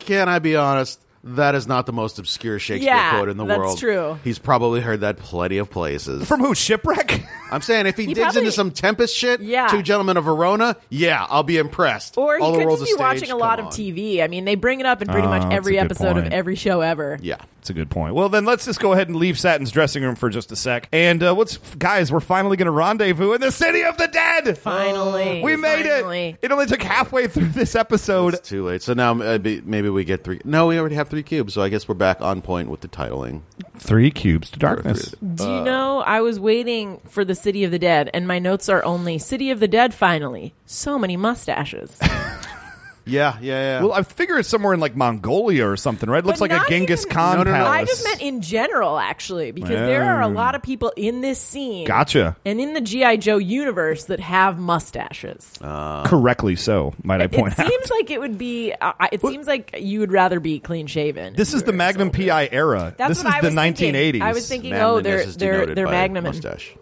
Speaker 5: Can I be honest? That is not the most obscure Shakespeare
Speaker 4: Yeah,
Speaker 5: quote in the
Speaker 4: that's
Speaker 5: world.
Speaker 4: true.
Speaker 5: He's probably heard that plenty of places.
Speaker 3: From who? Shipwreck? [LAUGHS]
Speaker 5: I'm saying if he, digs
Speaker 4: probably-
Speaker 5: into some Tempest shit,
Speaker 4: Yeah.
Speaker 5: two gentlemen of Verona, yeah, I'll be impressed.
Speaker 4: Or he
Speaker 5: All the
Speaker 4: could
Speaker 5: world's
Speaker 4: just be
Speaker 5: a stage,
Speaker 4: watching a lot
Speaker 5: come
Speaker 4: of
Speaker 5: on.
Speaker 4: TV. I mean, they bring it up in pretty
Speaker 3: Oh,
Speaker 4: much
Speaker 3: that's a
Speaker 4: every
Speaker 3: good
Speaker 4: episode of
Speaker 3: point.
Speaker 4: every show ever.
Speaker 5: Yeah.
Speaker 3: That's a good point. Well, then let's just go ahead and leave Satin's dressing room for just a sec. And uh, what's guys? We're finally going to rendezvous in the city of the dead. Oh,
Speaker 4: Finally.
Speaker 3: we made
Speaker 4: Finally.
Speaker 3: it. It only took halfway through this episode.
Speaker 5: It's too late. So now uh, be- maybe we get three. No, we already have three cubes, so I guess we're back on point with the titling.
Speaker 3: Three cubes to darkness.
Speaker 4: Do you know I was waiting for the City of the Dead, and my notes are only City of the Dead. Finally, so many mustaches.
Speaker 5: Yeah, yeah, yeah.
Speaker 3: Well, I figure it's somewhere in like Mongolia or something, right? It [LAUGHS] looks
Speaker 4: But
Speaker 3: like a
Speaker 4: not
Speaker 3: Genghis
Speaker 4: even-
Speaker 3: Khan
Speaker 5: No, no, no.
Speaker 3: palace.
Speaker 4: I just meant in general, actually, because there are a lot of people in this scene.
Speaker 3: Gotcha.
Speaker 4: And in the GI Joe universe that have mustaches,
Speaker 3: Uh, Correctly so, might I
Speaker 4: Uh. it
Speaker 3: point out.
Speaker 4: seems like it would be. Uh, I- it seems like you would rather be clean shaven.
Speaker 3: This
Speaker 4: if
Speaker 3: is
Speaker 4: you
Speaker 3: the
Speaker 4: [LAUGHS] were
Speaker 3: Magnum
Speaker 4: older.
Speaker 3: PI era.
Speaker 4: That's
Speaker 3: this
Speaker 4: what
Speaker 3: is
Speaker 4: I
Speaker 3: the
Speaker 4: was thinking.
Speaker 3: 1980s.
Speaker 4: I was thinking, oh,
Speaker 5: Manliness
Speaker 4: they're
Speaker 5: is
Speaker 4: they're
Speaker 5: denoted
Speaker 4: they're
Speaker 5: by
Speaker 4: Magnum.
Speaker 5: mustache.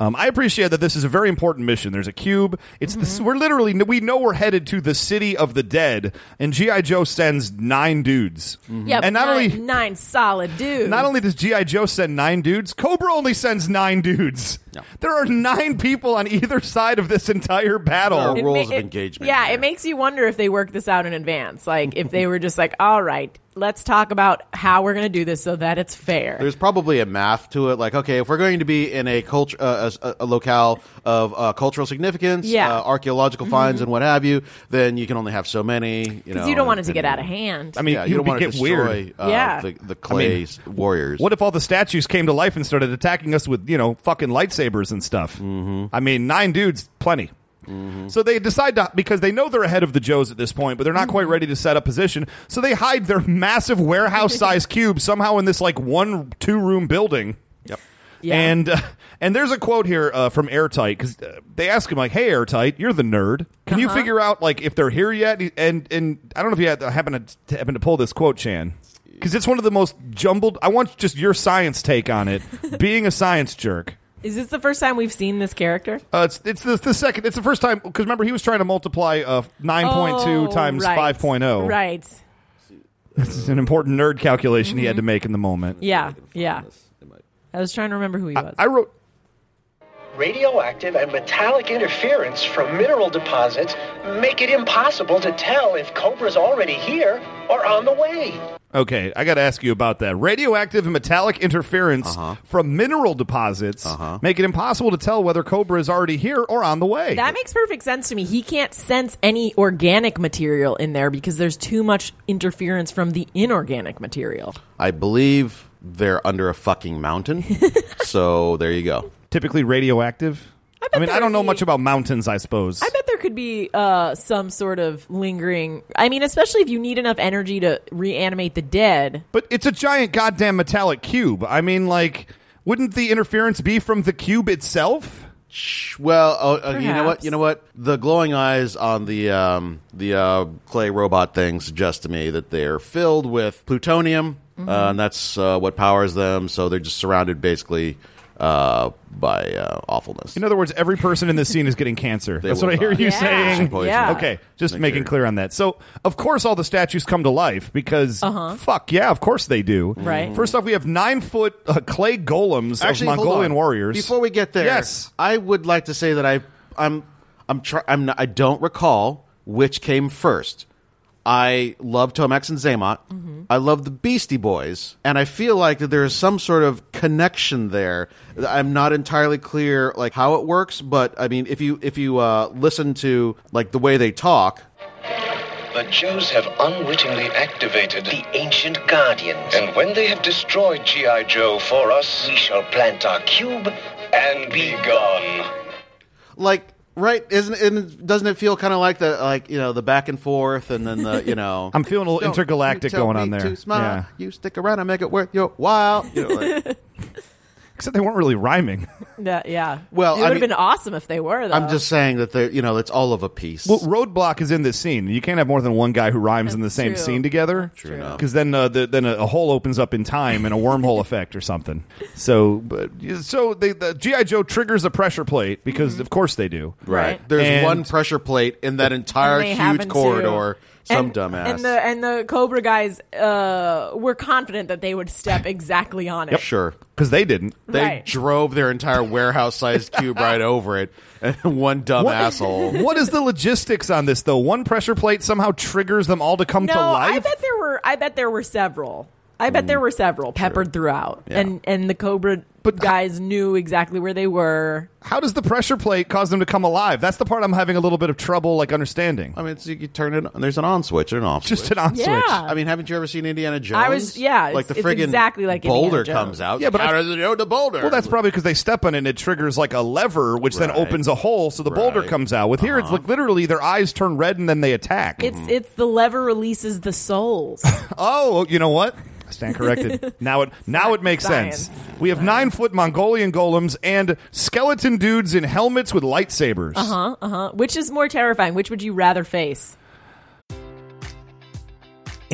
Speaker 3: Um, I appreciate that this is a very important mission. There's a cube. It's this, we're literally we know we're headed to the city of the dead, and GI Joe sends nine dudes.
Speaker 4: Yeah,
Speaker 3: and not
Speaker 4: nine,
Speaker 3: only
Speaker 4: nine solid dudes.
Speaker 3: not only does GI Joe send nine dudes, Cobra only sends nine dudes. There are nine people on either side of this entire battle.
Speaker 5: There
Speaker 4: It
Speaker 5: rules
Speaker 4: ma-
Speaker 5: of
Speaker 4: it-
Speaker 5: engagement
Speaker 4: Yeah,
Speaker 5: there.
Speaker 4: it makes you wonder if they work this out in advance. Like if they were just like, all right, let's talk about how we're going to do this so that it's fair.
Speaker 5: There's probably a math to it. Like, okay, if we're going to be in a culture, uh, a, a locale of uh, cultural significance,
Speaker 4: Yeah. Mm-hmm.
Speaker 5: uh, archaeological finds, and what have you, then you can only have so many. You know,
Speaker 4: Because you don't want it
Speaker 5: and-
Speaker 4: to get
Speaker 5: and-
Speaker 4: out of hand.
Speaker 3: I mean,
Speaker 5: yeah,
Speaker 3: it
Speaker 5: you don't
Speaker 3: would
Speaker 5: want to
Speaker 3: get
Speaker 5: destroy,
Speaker 3: weird.
Speaker 5: Uh,
Speaker 4: Yeah.
Speaker 5: the, the clay's warriors.
Speaker 3: What if all the statues came to life and started attacking us with, you know, fucking lightsabers and stuff? Mm-hmm. I mean, nine dudes, plenty. So they decide to, because they know they're ahead of the Joes at this point, but they're not quite ready to set up position. So they hide their massive warehouse [LAUGHS] sized cube somehow in this like one, two room building. Yep.
Speaker 4: Yeah.
Speaker 3: And uh, and there's a quote here uh, from Airtight because uh, they ask him like, "Hey, Airtight, you're the nerd. Can
Speaker 4: Uh-huh.
Speaker 3: you figure out like if they're here yet?" And and, and I don't know if you had, happen to happen to pull this quote, Chan, because it's one of the most jumbled. I want just your science take on
Speaker 4: [LAUGHS]
Speaker 3: it. being a science jerk.
Speaker 4: Is this the first time we've seen this character?
Speaker 3: Uh, it's it's the, the second. It's the first time because remember he was trying to multiply uh, nine point two
Speaker 4: Oh,
Speaker 3: times
Speaker 4: right.
Speaker 3: five point oh. zero.
Speaker 4: Right.
Speaker 3: It's an important nerd calculation he
Speaker 4: Mm-hmm.
Speaker 3: had to make in the moment.
Speaker 4: Yeah. Yeah. I was trying to remember who he was.
Speaker 3: I wrote.
Speaker 7: Radioactive and metallic interference from mineral deposits make it impossible to tell if Cobra's already here or on the way.
Speaker 3: Okay, I got to ask you about that. Radioactive and metallic interference from mineral deposits make it impossible to tell whether Cobra is already here or on the way.
Speaker 4: that makes perfect sense to me. He can't sense any organic material in there because there's too much interference from the inorganic material.
Speaker 5: I believe they're under a
Speaker 4: [LAUGHS]
Speaker 5: fucking mountain. so there you go.
Speaker 3: Typically radioactive. I,
Speaker 4: bet
Speaker 3: mean, I
Speaker 4: there
Speaker 3: don't know
Speaker 4: would
Speaker 3: much
Speaker 4: be-
Speaker 3: about mountains, I suppose.
Speaker 4: I bet there could be uh, some sort of lingering. I mean, especially if you need enough energy to reanimate the dead.
Speaker 3: but it's a giant goddamn metallic cube. I mean, like, wouldn't the interference be from the cube itself?
Speaker 5: Well, oh, uh, you know what?
Speaker 4: Perhaps.
Speaker 5: You know what? The glowing eyes on the um, the uh, clay robot thing suggest to me that they're filled with plutonium,
Speaker 4: Mm-hmm.
Speaker 5: uh, and that's uh, what powers them. So they're just surrounded basically uh, by uh, awfulness.
Speaker 3: In other words, every person in this scene is getting
Speaker 5: [LAUGHS]
Speaker 3: cancer. That's
Speaker 5: will
Speaker 3: what I hear
Speaker 5: die.
Speaker 3: you
Speaker 4: Yeah.
Speaker 3: saying.
Speaker 5: Poison.
Speaker 4: Yeah.
Speaker 3: Okay, just
Speaker 5: Make
Speaker 3: making
Speaker 5: sure.
Speaker 3: clear on that. So, of course, all the statues come to life because fuck yeah, of course they do.
Speaker 4: Uh-huh.
Speaker 5: Mm-hmm.
Speaker 4: Right.
Speaker 3: First off, we have nine foot uh, clay golems of
Speaker 5: hold
Speaker 3: Mongolian
Speaker 5: on.
Speaker 3: warriors.
Speaker 5: Before we get there,
Speaker 3: yes.
Speaker 5: I would like to say that I I'm I'm try, I'm not, I don't recall which came first. I love Tomax and Zaymot. I love the Beastie Boys, and I feel like that there is some sort of connection there. I'm not entirely clear like how it works, but I mean, if you if you uh, listen to like the way they talk,
Speaker 7: The Joes have unwittingly activated the ancient guardians. And when they have destroyed G.I. Joe for us, we shall plant our cube and be gone.
Speaker 5: like Right? Isn't and doesn't it feel kind of like the like you know the back and forth and then the
Speaker 3: [LAUGHS]
Speaker 5: you know
Speaker 3: I'm feeling a little
Speaker 5: Don't
Speaker 3: intergalactic
Speaker 5: you tell
Speaker 3: going on
Speaker 5: me
Speaker 3: there.
Speaker 5: To smile.
Speaker 3: Yeah.
Speaker 5: You stick around and make it worth your while. You know,
Speaker 4: [LAUGHS]
Speaker 5: like-
Speaker 3: Except they weren't really rhyming.
Speaker 4: Yeah, yeah.
Speaker 5: Well,
Speaker 4: it
Speaker 5: I
Speaker 4: would have
Speaker 5: mean-
Speaker 4: been awesome if they were. Though.
Speaker 5: I'm just saying that they're you know it's all of a piece.
Speaker 3: Well, Roadblock is in this scene. You can't have more than one guy who rhymes in the
Speaker 4: That's
Speaker 3: same
Speaker 4: true.
Speaker 3: scene together.
Speaker 4: True enough.
Speaker 3: Because then, uh, the, then a, a hole opens up in time and a
Speaker 4: [LAUGHS]
Speaker 3: wormhole effect or something. So, but so they, the GI Joe triggers a pressure plate because of course they do.
Speaker 4: Mm-hmm. Right.
Speaker 5: There's
Speaker 3: And-
Speaker 5: one pressure plate in that entire
Speaker 4: And they happen
Speaker 5: huge
Speaker 4: to-
Speaker 5: corridor. Some
Speaker 4: and,
Speaker 5: dumbass.
Speaker 4: And the and the Cobra guys uh, were confident that they would
Speaker 5: [LAUGHS]
Speaker 4: step exactly on it.
Speaker 5: sure.
Speaker 3: Because they didn't.
Speaker 5: They
Speaker 4: Right.
Speaker 5: drove their
Speaker 4: [LAUGHS]
Speaker 5: entire warehouse-sized cube right over it, and [LAUGHS] one
Speaker 3: [LAUGHS]
Speaker 5: dumb [LAUGHS] asshole.
Speaker 3: what is the logistics on this though? One pressure plate somehow triggers them all to come
Speaker 4: No,
Speaker 3: to life.
Speaker 4: I bet there were. I bet there were several. I bet
Speaker 5: Mm.
Speaker 4: there were several peppered throughout, and and the Cobra
Speaker 3: But-
Speaker 4: guys knew exactly where they were.
Speaker 3: How does the pressure plate cause them to come alive? That's the part I'm having a little bit of trouble like understanding.
Speaker 5: I mean, it's, you, you turn it. There's an on switch and an off.
Speaker 3: Just
Speaker 5: switch.
Speaker 3: an on switch.
Speaker 4: Yeah.
Speaker 5: I mean, haven't you ever seen Indiana Jones?
Speaker 4: I was- yeah, it's-
Speaker 5: like the
Speaker 4: it's
Speaker 5: friggin'
Speaker 4: exactly like Indiana
Speaker 5: boulder
Speaker 4: Jones.
Speaker 5: comes out.
Speaker 3: Yeah, but
Speaker 5: how
Speaker 3: I-
Speaker 5: does it know the boulder?
Speaker 3: Well, that's probably because they step on it and it triggers like a lever, which then
Speaker 5: Right.
Speaker 3: opens a hole, so the boulder
Speaker 5: Right. Uh-huh.
Speaker 3: comes out. With here, it's like literally their eyes turn red and then they attack.
Speaker 4: It's
Speaker 5: Mm-hmm.
Speaker 4: it's the lever releases the souls.
Speaker 3: oh, you know what? I stand
Speaker 4: [LAUGHS]
Speaker 3: corrected. now it now it makes
Speaker 4: Science.
Speaker 3: sense. We have nine foot Mongolian golems and skeleton dudes in helmets with lightsabers. Uh-huh.
Speaker 4: Uh, which is more terrifying? Which would you rather face?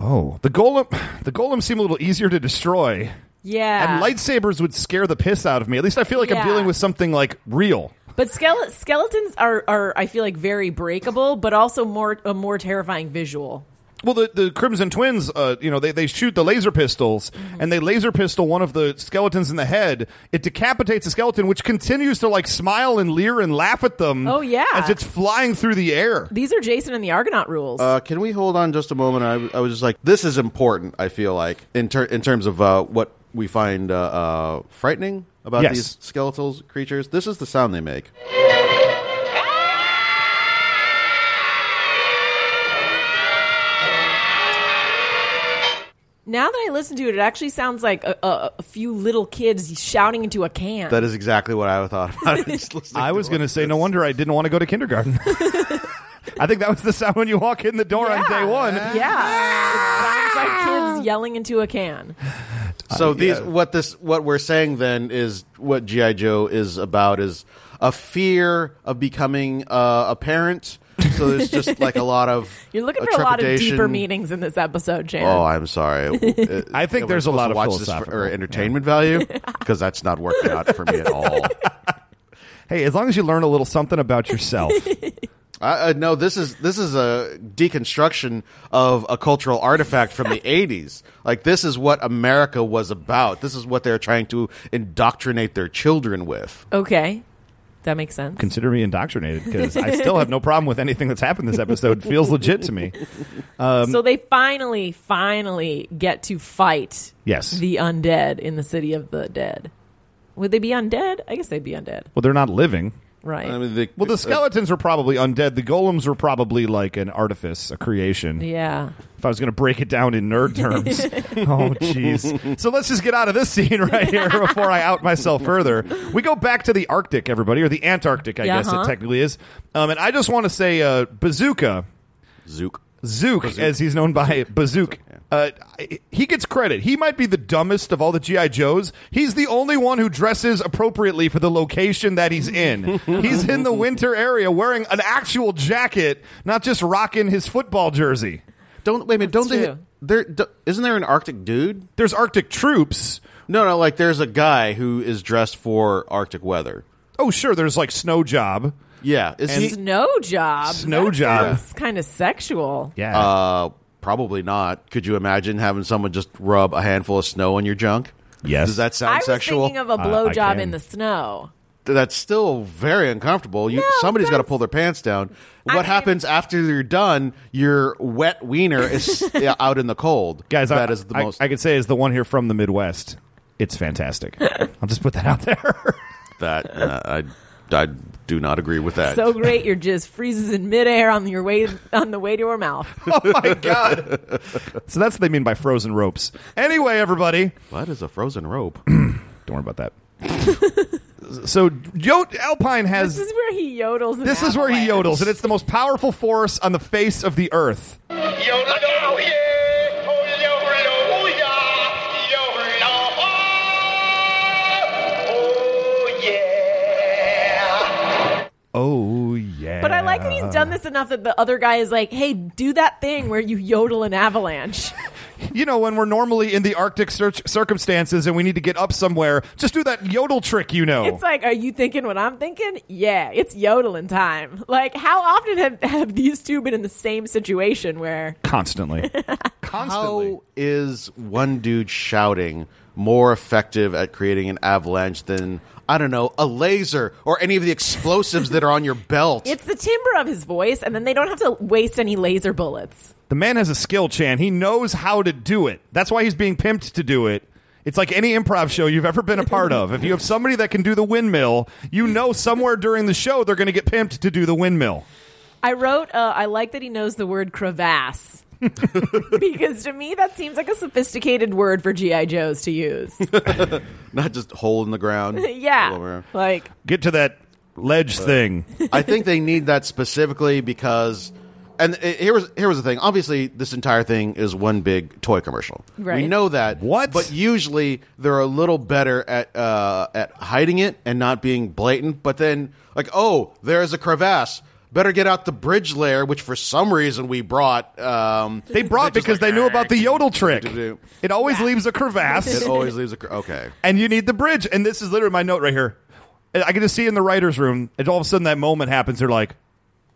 Speaker 3: Oh, the golem the golems seem a little easier to destroy.
Speaker 4: Yeah,
Speaker 3: And lightsabers would scare the piss out of me. At least I feel like I'm
Speaker 4: Uh. Yeah.
Speaker 3: dealing with something like real.
Speaker 4: But skele- skeletons are, are, I feel like, very breakable, but also more a more terrifying visual.
Speaker 3: Well, the, the Crimson Twins, uh, you know, they, they shoot the laser pistols
Speaker 4: Mm-hmm.
Speaker 3: and they laser pistol one of the skeletons in the head. It decapitates a skeleton, which continues to like smile and leer and laugh at them.
Speaker 4: Oh, yeah.
Speaker 3: As it's flying through the air.
Speaker 4: These are Jason and the Argonaut rules.
Speaker 5: Uh, can we hold on just a moment? I, I was just like, this is important. I feel like in ter- in terms of uh, what we find uh, uh, frightening about
Speaker 3: Yes.
Speaker 5: these skeletal creatures. This is the sound they make.
Speaker 4: now that I listen to it, it actually sounds like a, a, a few little kids shouting into a can.
Speaker 5: That is exactly what I thought about. [LAUGHS] it. Just listening
Speaker 3: I
Speaker 5: to
Speaker 3: was
Speaker 5: it.
Speaker 3: going to say, no wonder I didn't want to go to
Speaker 4: [LAUGHS]
Speaker 3: kindergarten. [LAUGHS] I think that was the sound when you walk in the door on day one.
Speaker 4: yeah, it sounds like kids yelling into a can.
Speaker 5: So these what this what we're saying then is what GI Joe is about is a fear of becoming uh, a parent. So there's just like a lot of
Speaker 4: [LAUGHS] You're looking
Speaker 5: uh,
Speaker 4: for a lot of
Speaker 5: trepidation.
Speaker 4: deeper meanings in this episode, Jan.
Speaker 5: Oh,
Speaker 3: [LAUGHS]
Speaker 5: I'm sorry. It-
Speaker 3: I think
Speaker 5: am
Speaker 3: there's a
Speaker 5: supposed
Speaker 3: lot
Speaker 5: to
Speaker 3: of
Speaker 5: watch this for
Speaker 3: philosophical-
Speaker 5: or entertainment value [LAUGHS] because that's not working out for me at
Speaker 3: [LAUGHS]
Speaker 5: all.
Speaker 3: Hey, as long as you learn a little something about
Speaker 4: [LAUGHS]
Speaker 3: yourself.
Speaker 5: I, uh, no, this is this is a deconstruction of a cultural artifact
Speaker 3: [LAUGHS]
Speaker 5: from the '80s. Like this is what America was about. This is what they're trying to indoctrinate their children with.
Speaker 4: okay, that makes sense.
Speaker 3: consider me indoctrinated because I still have no problem with anything that's happened this episode. Feels legit to
Speaker 4: [LAUGHS]
Speaker 3: me.
Speaker 5: Um,
Speaker 4: so they finally, finally get to fight
Speaker 3: Yes.
Speaker 4: the undead in the city of the dead. Would they be undead? I guess they'd be undead,
Speaker 3: well, they're not living.
Speaker 4: right?
Speaker 5: I mean, the,
Speaker 3: Well,
Speaker 5: uh,
Speaker 3: the skeletons were probably undead. The golems were probably like an artifice, a creation.
Speaker 4: yeah.
Speaker 3: If I was going to break it down in nerd terms. oh, jeez. So let's just get out of this scene [LAUGHS] right here before I out myself further. We go back to the Arctic, everybody, or the Antarctic, I
Speaker 4: Yeah,
Speaker 3: guess
Speaker 4: huh?
Speaker 3: it technically is. Um, and I just want to say, uh, Bazooka.
Speaker 5: Zook.
Speaker 3: Zook, as he's known by Bazook, uh, I- he gets credit. He might be the dumbest of all the GI Joes. He's the only one who dresses appropriately for the location that he's
Speaker 5: [LAUGHS]
Speaker 3: in. he's in the winter area wearing an actual jacket, not just rocking his football jersey.
Speaker 5: Don't wait a minute. Don't they?
Speaker 4: true.
Speaker 5: There d- isn't there an Arctic dude?
Speaker 3: There's Arctic troops.
Speaker 5: No, no. Like there's a guy who is dressed for Arctic weather.
Speaker 3: Oh, sure. There's like snow job.
Speaker 5: Yeah, is he?
Speaker 4: Snow job.
Speaker 3: Snow job.
Speaker 4: It's kind of sexual.
Speaker 3: Yeah.
Speaker 5: Uh, probably not. Could you imagine having someone just rub a handful of snow on your junk?
Speaker 3: Yes.
Speaker 5: Does that
Speaker 4: I
Speaker 5: sound
Speaker 4: was
Speaker 5: sexual?
Speaker 4: thinking of a
Speaker 3: Uh, I
Speaker 4: blowjob
Speaker 3: can.
Speaker 4: in the snow.
Speaker 5: that's still very uncomfortable. You,
Speaker 4: No,
Speaker 5: somebody's got to
Speaker 4: that's-
Speaker 5: pull their pants down.
Speaker 4: I
Speaker 5: What
Speaker 4: mean-
Speaker 5: happens after you're done? Your wet
Speaker 4: [LAUGHS]
Speaker 5: wiener is yeah, out in the cold.
Speaker 3: Guys,
Speaker 5: That
Speaker 3: I,
Speaker 5: is the
Speaker 3: I-
Speaker 5: most.
Speaker 3: I could say is the one here from the Midwest. It's [LAUGHS] fantastic. I'll just put that out there. [LAUGHS]
Speaker 5: that uh, I, I do not agree with that.
Speaker 4: So great, your jizz freezes in midair on your way on the way to
Speaker 3: [LAUGHS]
Speaker 4: her mouth.
Speaker 3: so that's what they mean by frozen ropes. Anyway, everybody,
Speaker 5: what is a frozen rope?
Speaker 3: don't worry about that. [LAUGHS] so Yo- Alpine has
Speaker 4: This is where he yodels. in
Speaker 3: this is where he
Speaker 4: Avalanche.
Speaker 3: yodels, and it's the most powerful force on the face of the earth.
Speaker 7: Oh, Oh,
Speaker 3: Oh yeah.
Speaker 4: But I like that he's done this enough that the other guy is like, "Hey, do that thing where you yodel an avalanche."
Speaker 3: you know, when we're normally in the Arctic cir- circumstances and we need to get up somewhere, just do that yodel trick, you know.
Speaker 4: It's like, are you thinking what I'm thinking? Yeah, it's yodeling time. Like, how often have, have these two been in the same situation where [LAUGHS]
Speaker 3: Constantly. Constantly.
Speaker 5: How is one dude shouting more effective at creating an avalanche than I don't know a laser or any of the explosives that are on your belt?
Speaker 4: it's the timbre of his voice, and then they don't have to waste any laser bullets?
Speaker 3: The man has a skill, Chan. He knows how to do it. That's why he's being pimped to do it. It's like any improv show you've ever been a part of. If you have somebody that can do the windmill, you know somewhere during the show they're going to get pimped to do the windmill.
Speaker 4: I wrote, uh, I like that he knows the word crevasse. [LAUGHS] because to me, that seems like a sophisticated word for G.I. Joes to use.
Speaker 5: not just hole in the ground. Hole in the
Speaker 4: [LAUGHS] yeah.
Speaker 5: ground.
Speaker 4: Like,
Speaker 3: Get to that ledge thing.
Speaker 5: I think they need that specifically because, and uh, here was here was the thing. Obviously, this entire thing is one big toy commercial. We
Speaker 4: Right.
Speaker 5: know that.
Speaker 3: What?
Speaker 5: But usually they're a little better at uh, at hiding it and not being blatant. But then, like, oh, there is a crevasse. Better get out the bridge layer, which for some reason we brought. Um,
Speaker 3: They brought
Speaker 5: They're just
Speaker 3: because
Speaker 5: like,
Speaker 3: they knew about the yodel trick.
Speaker 5: do-do-do.
Speaker 3: It always leaves a crevasse,
Speaker 5: it always leaves a cre- okay.
Speaker 3: [LAUGHS] and you need the bridge. And this is literally my note right here. And I can just see in the writer's room, and all of a sudden that moment happens. They're like,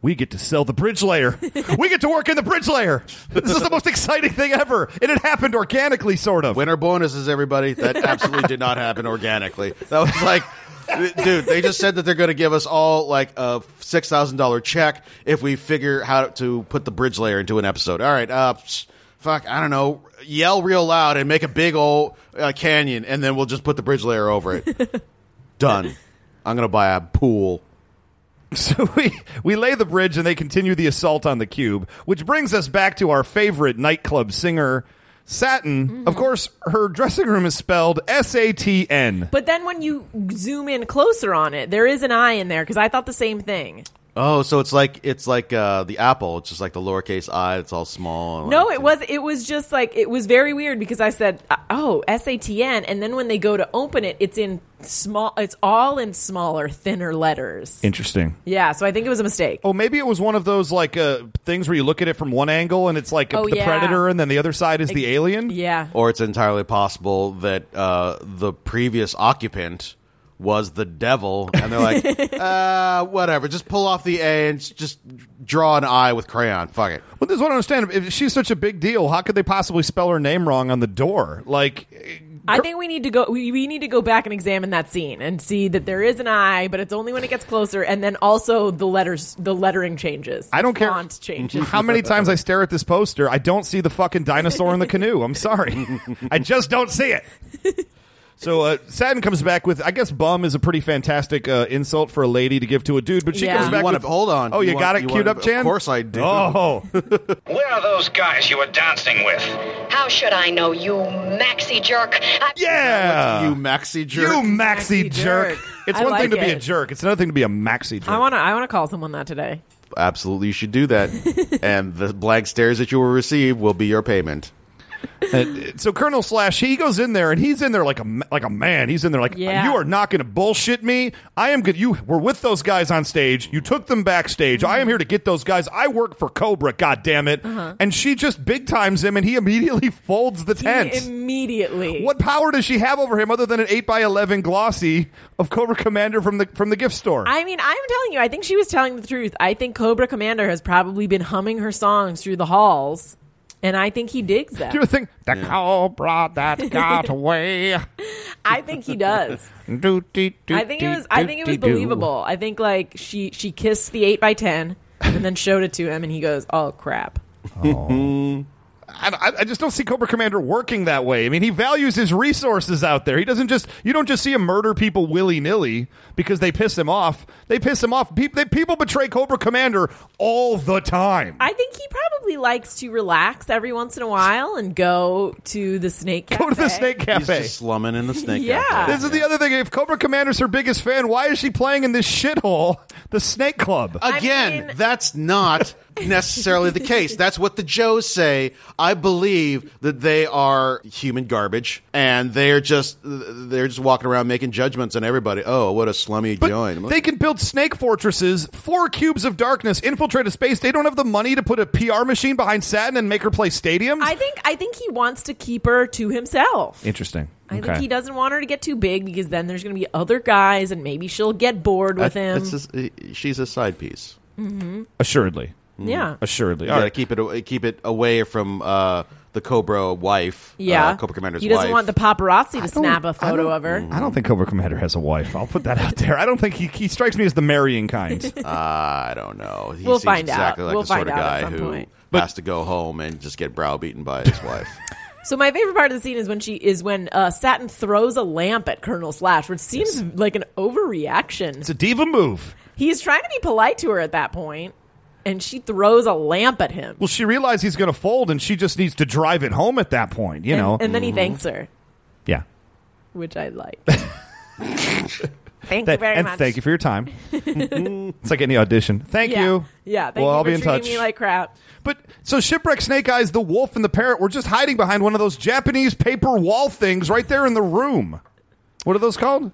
Speaker 3: we get to sell the bridge layer. we get to work in the bridge layer. This is the most exciting thing ever. And it happened organically, sort of.
Speaker 5: Winner bonuses, everybody. That absolutely did not happen organically. That was like, dude, they just said that they're going to give us all like a six thousand dollar check if we figure how to put the bridge layer into an episode. All right, uh, psh, fuck, I don't know. Yell real loud and make a big old uh, canyon, and then we'll just put the bridge layer over
Speaker 4: [LAUGHS]
Speaker 5: it. Done. I'm going to buy a pool.
Speaker 3: [LAUGHS] So we, we lay the bridge and they continue the assault on the cube, which brings us back to our favorite nightclub singer, Satin. Of course, her dressing room is spelled S A T N.
Speaker 4: but then when you zoom in closer on it, there is an eye in there because I thought the same thing.
Speaker 5: Oh, so it's like it's like uh, the apple. It's just like the lowercase i. It's all small.
Speaker 4: No, it was it was just like it was very weird because I said, uh, "Oh, SATN," and then when they go to open it, it's in small. It's all in smaller, thinner letters.
Speaker 3: Interesting.
Speaker 4: Yeah, so I think it was a mistake.
Speaker 3: Oh, maybe it was one of those like uh, things where you look at it from one angle and it's like
Speaker 4: Oh,
Speaker 3: the
Speaker 4: yeah.
Speaker 3: predator, and then the other side is the alien.
Speaker 4: Yeah,
Speaker 5: or it's entirely possible that uh, the previous occupant was the devil, and they're [LAUGHS] like, uh, whatever, just pull off the A and s- just draw an eye with crayon. Fuck it.
Speaker 3: Well, this is what I don't understand. If she's such a big deal, how could they possibly spell her name wrong on the door? Like,
Speaker 4: I think we need to go. We, we need to go back and examine that scene and see that there is an eye, but it's only when it gets closer, and then also the letters, the lettering changes.
Speaker 3: I don't care. Mm-hmm.
Speaker 4: Font changes.
Speaker 3: how
Speaker 4: [LAUGHS]
Speaker 3: many times I stare at this poster, I don't see the fucking dinosaur in the canoe. I'm
Speaker 4: [LAUGHS]
Speaker 3: sorry. I just don't see it. So uh, Satin comes back with, I guess, "bum" is a pretty fantastic uh, insult for a lady to give to a dude, but she
Speaker 4: Yeah.
Speaker 3: comes
Speaker 4: You
Speaker 3: back
Speaker 5: wanna-
Speaker 3: with,
Speaker 5: hold on.
Speaker 3: Oh, you,
Speaker 5: You
Speaker 3: got
Speaker 5: want-
Speaker 3: it
Speaker 5: you
Speaker 3: queued
Speaker 5: wanna-
Speaker 3: up, Chan?
Speaker 5: of course I do. [LAUGHS]
Speaker 3: Oh,
Speaker 2: Where are those guys you were dancing with?
Speaker 6: How should I know, you maxi jerk? I-
Speaker 3: yeah,
Speaker 5: you maxi jerk.
Speaker 3: Uh, You maxi,
Speaker 4: Maxi
Speaker 3: jerk.
Speaker 4: jerk.
Speaker 3: It's
Speaker 4: I
Speaker 3: one thing
Speaker 4: like
Speaker 3: to be a
Speaker 4: it.
Speaker 3: jerk. It's another thing to be a maxi jerk.
Speaker 4: I want to. I want to call someone that today.
Speaker 5: absolutely you should do that. [LAUGHS] and the blank stares that you will receive will be your payment.
Speaker 3: uh, So Colonel Slash, he goes in there and he's in there like a ma- like a man. He's in there like
Speaker 4: Yeah.
Speaker 3: you are not going to bullshit me. I am good. You were with those guys on stage. You took them backstage. I am here to get those guys. I work for Cobra. God damn it!
Speaker 4: Uh-huh.
Speaker 3: And she just big times him, and he immediately [LAUGHS] folds the tent.
Speaker 4: immediately.
Speaker 3: what power does she have over him other than an eight by eleven glossy of Cobra Commander from the from the gift store?
Speaker 4: I mean, I'm telling you, I think she was telling the truth. I think Cobra Commander has probably been humming her songs through the halls, and I think he digs
Speaker 3: Do [LAUGHS]
Speaker 4: that.
Speaker 3: you think the Cobra that
Speaker 4: [LAUGHS]
Speaker 3: got away?
Speaker 4: I think he does.
Speaker 3: Do, do, do,
Speaker 4: I think it
Speaker 3: do,
Speaker 4: was. I
Speaker 3: do,
Speaker 4: think it was
Speaker 3: do, do.
Speaker 4: believable. I think like she she kissed the eight by ten and then showed it to him, and he goes, "Oh crap."
Speaker 3: I, I- I just don't see Cobra Commander working that way. I mean, he values his resources out there. He doesn't just you don't just see him murder people willy nilly because they piss him off. They piss him off. Pe- they, people betray Cobra Commander all the time.
Speaker 4: I think he probably likes to relax every once in a while and go to the snake. Cafe.
Speaker 3: Go to the Snake
Speaker 5: He's
Speaker 3: Cafe.
Speaker 5: just slumming in the snake.
Speaker 4: Yeah.
Speaker 5: Cafe.
Speaker 3: this is the other thing. If Cobra Commander's her biggest fan, why is she playing in this shithole, the Snake Club?
Speaker 4: Uh,
Speaker 5: Again,
Speaker 4: mean- [LAUGHS]
Speaker 5: that's not necessarily the case. That's what the Joes say. I believe that they are human garbage, and they're just they're just walking around making judgments on everybody. Oh, what a slummy
Speaker 3: But
Speaker 5: joint!
Speaker 3: they can build snake fortresses, four cubes of darkness, infiltrate a space. They don't have the money to put a PR machine behind Satin and make her play stadiums.
Speaker 4: I think I think he wants to keep her to himself.
Speaker 3: Interesting.
Speaker 4: I think he doesn't want her to get too big because then there's going to be other guys and maybe she'll get bored with him.
Speaker 5: That's just- uh, she's a side piece.
Speaker 3: Assuredly.
Speaker 4: yeah.
Speaker 3: Assuredly.
Speaker 5: You
Speaker 3: All
Speaker 5: gotta
Speaker 3: right.
Speaker 5: keep it a- keep it away from uh, the Cobra wife.
Speaker 4: Yeah.
Speaker 5: uh, Cobra Commander's
Speaker 4: He doesn't
Speaker 5: wife.
Speaker 4: want the paparazzi to
Speaker 3: don't-
Speaker 4: snap
Speaker 3: I
Speaker 4: a photo
Speaker 3: don't-
Speaker 4: of her.
Speaker 3: I don't think Cobra Commander has a wife. I'll put that out there. I don't think he, he strikes me as the marrying
Speaker 4: [LAUGHS]
Speaker 3: kind.
Speaker 5: I don't know. He
Speaker 4: We'll
Speaker 5: seems
Speaker 4: find out.
Speaker 5: exactly like
Speaker 4: We'll
Speaker 5: the sort
Speaker 4: find
Speaker 5: of
Speaker 4: out at
Speaker 5: guy
Speaker 4: some
Speaker 5: who
Speaker 4: point.
Speaker 5: has to go home and just get browbeaten by his
Speaker 4: [LAUGHS]
Speaker 5: wife.
Speaker 4: So my favorite part of the scene is when she is when uh, Satin throws a lamp at Colonel Slash, which seems like an overreaction.
Speaker 3: it's a diva move.
Speaker 4: He's trying to be polite to her at that point, and she throws a lamp at him.
Speaker 3: Well, she realized he's going to fold, and she just needs to drive it home at that point. You
Speaker 4: and,
Speaker 3: know. Mm-hmm.
Speaker 4: and then he thanks her,
Speaker 3: yeah.
Speaker 4: which
Speaker 3: [LAUGHS]
Speaker 4: I like. thank you
Speaker 3: Th-
Speaker 4: very
Speaker 3: and
Speaker 4: much.
Speaker 3: thank you for your
Speaker 4: [LAUGHS]
Speaker 3: time. Mm-hmm. it's like any audition. Thank
Speaker 4: yeah.
Speaker 3: you.
Speaker 4: Yeah, thank
Speaker 3: well,
Speaker 4: you
Speaker 3: I'll
Speaker 4: for
Speaker 3: be in
Speaker 4: treating
Speaker 3: touch.
Speaker 4: me like crap.
Speaker 3: But so shipwreck snake eyes, the wolf and the parrot were just hiding behind one of those Japanese paper wall things right there in the room. What are those called?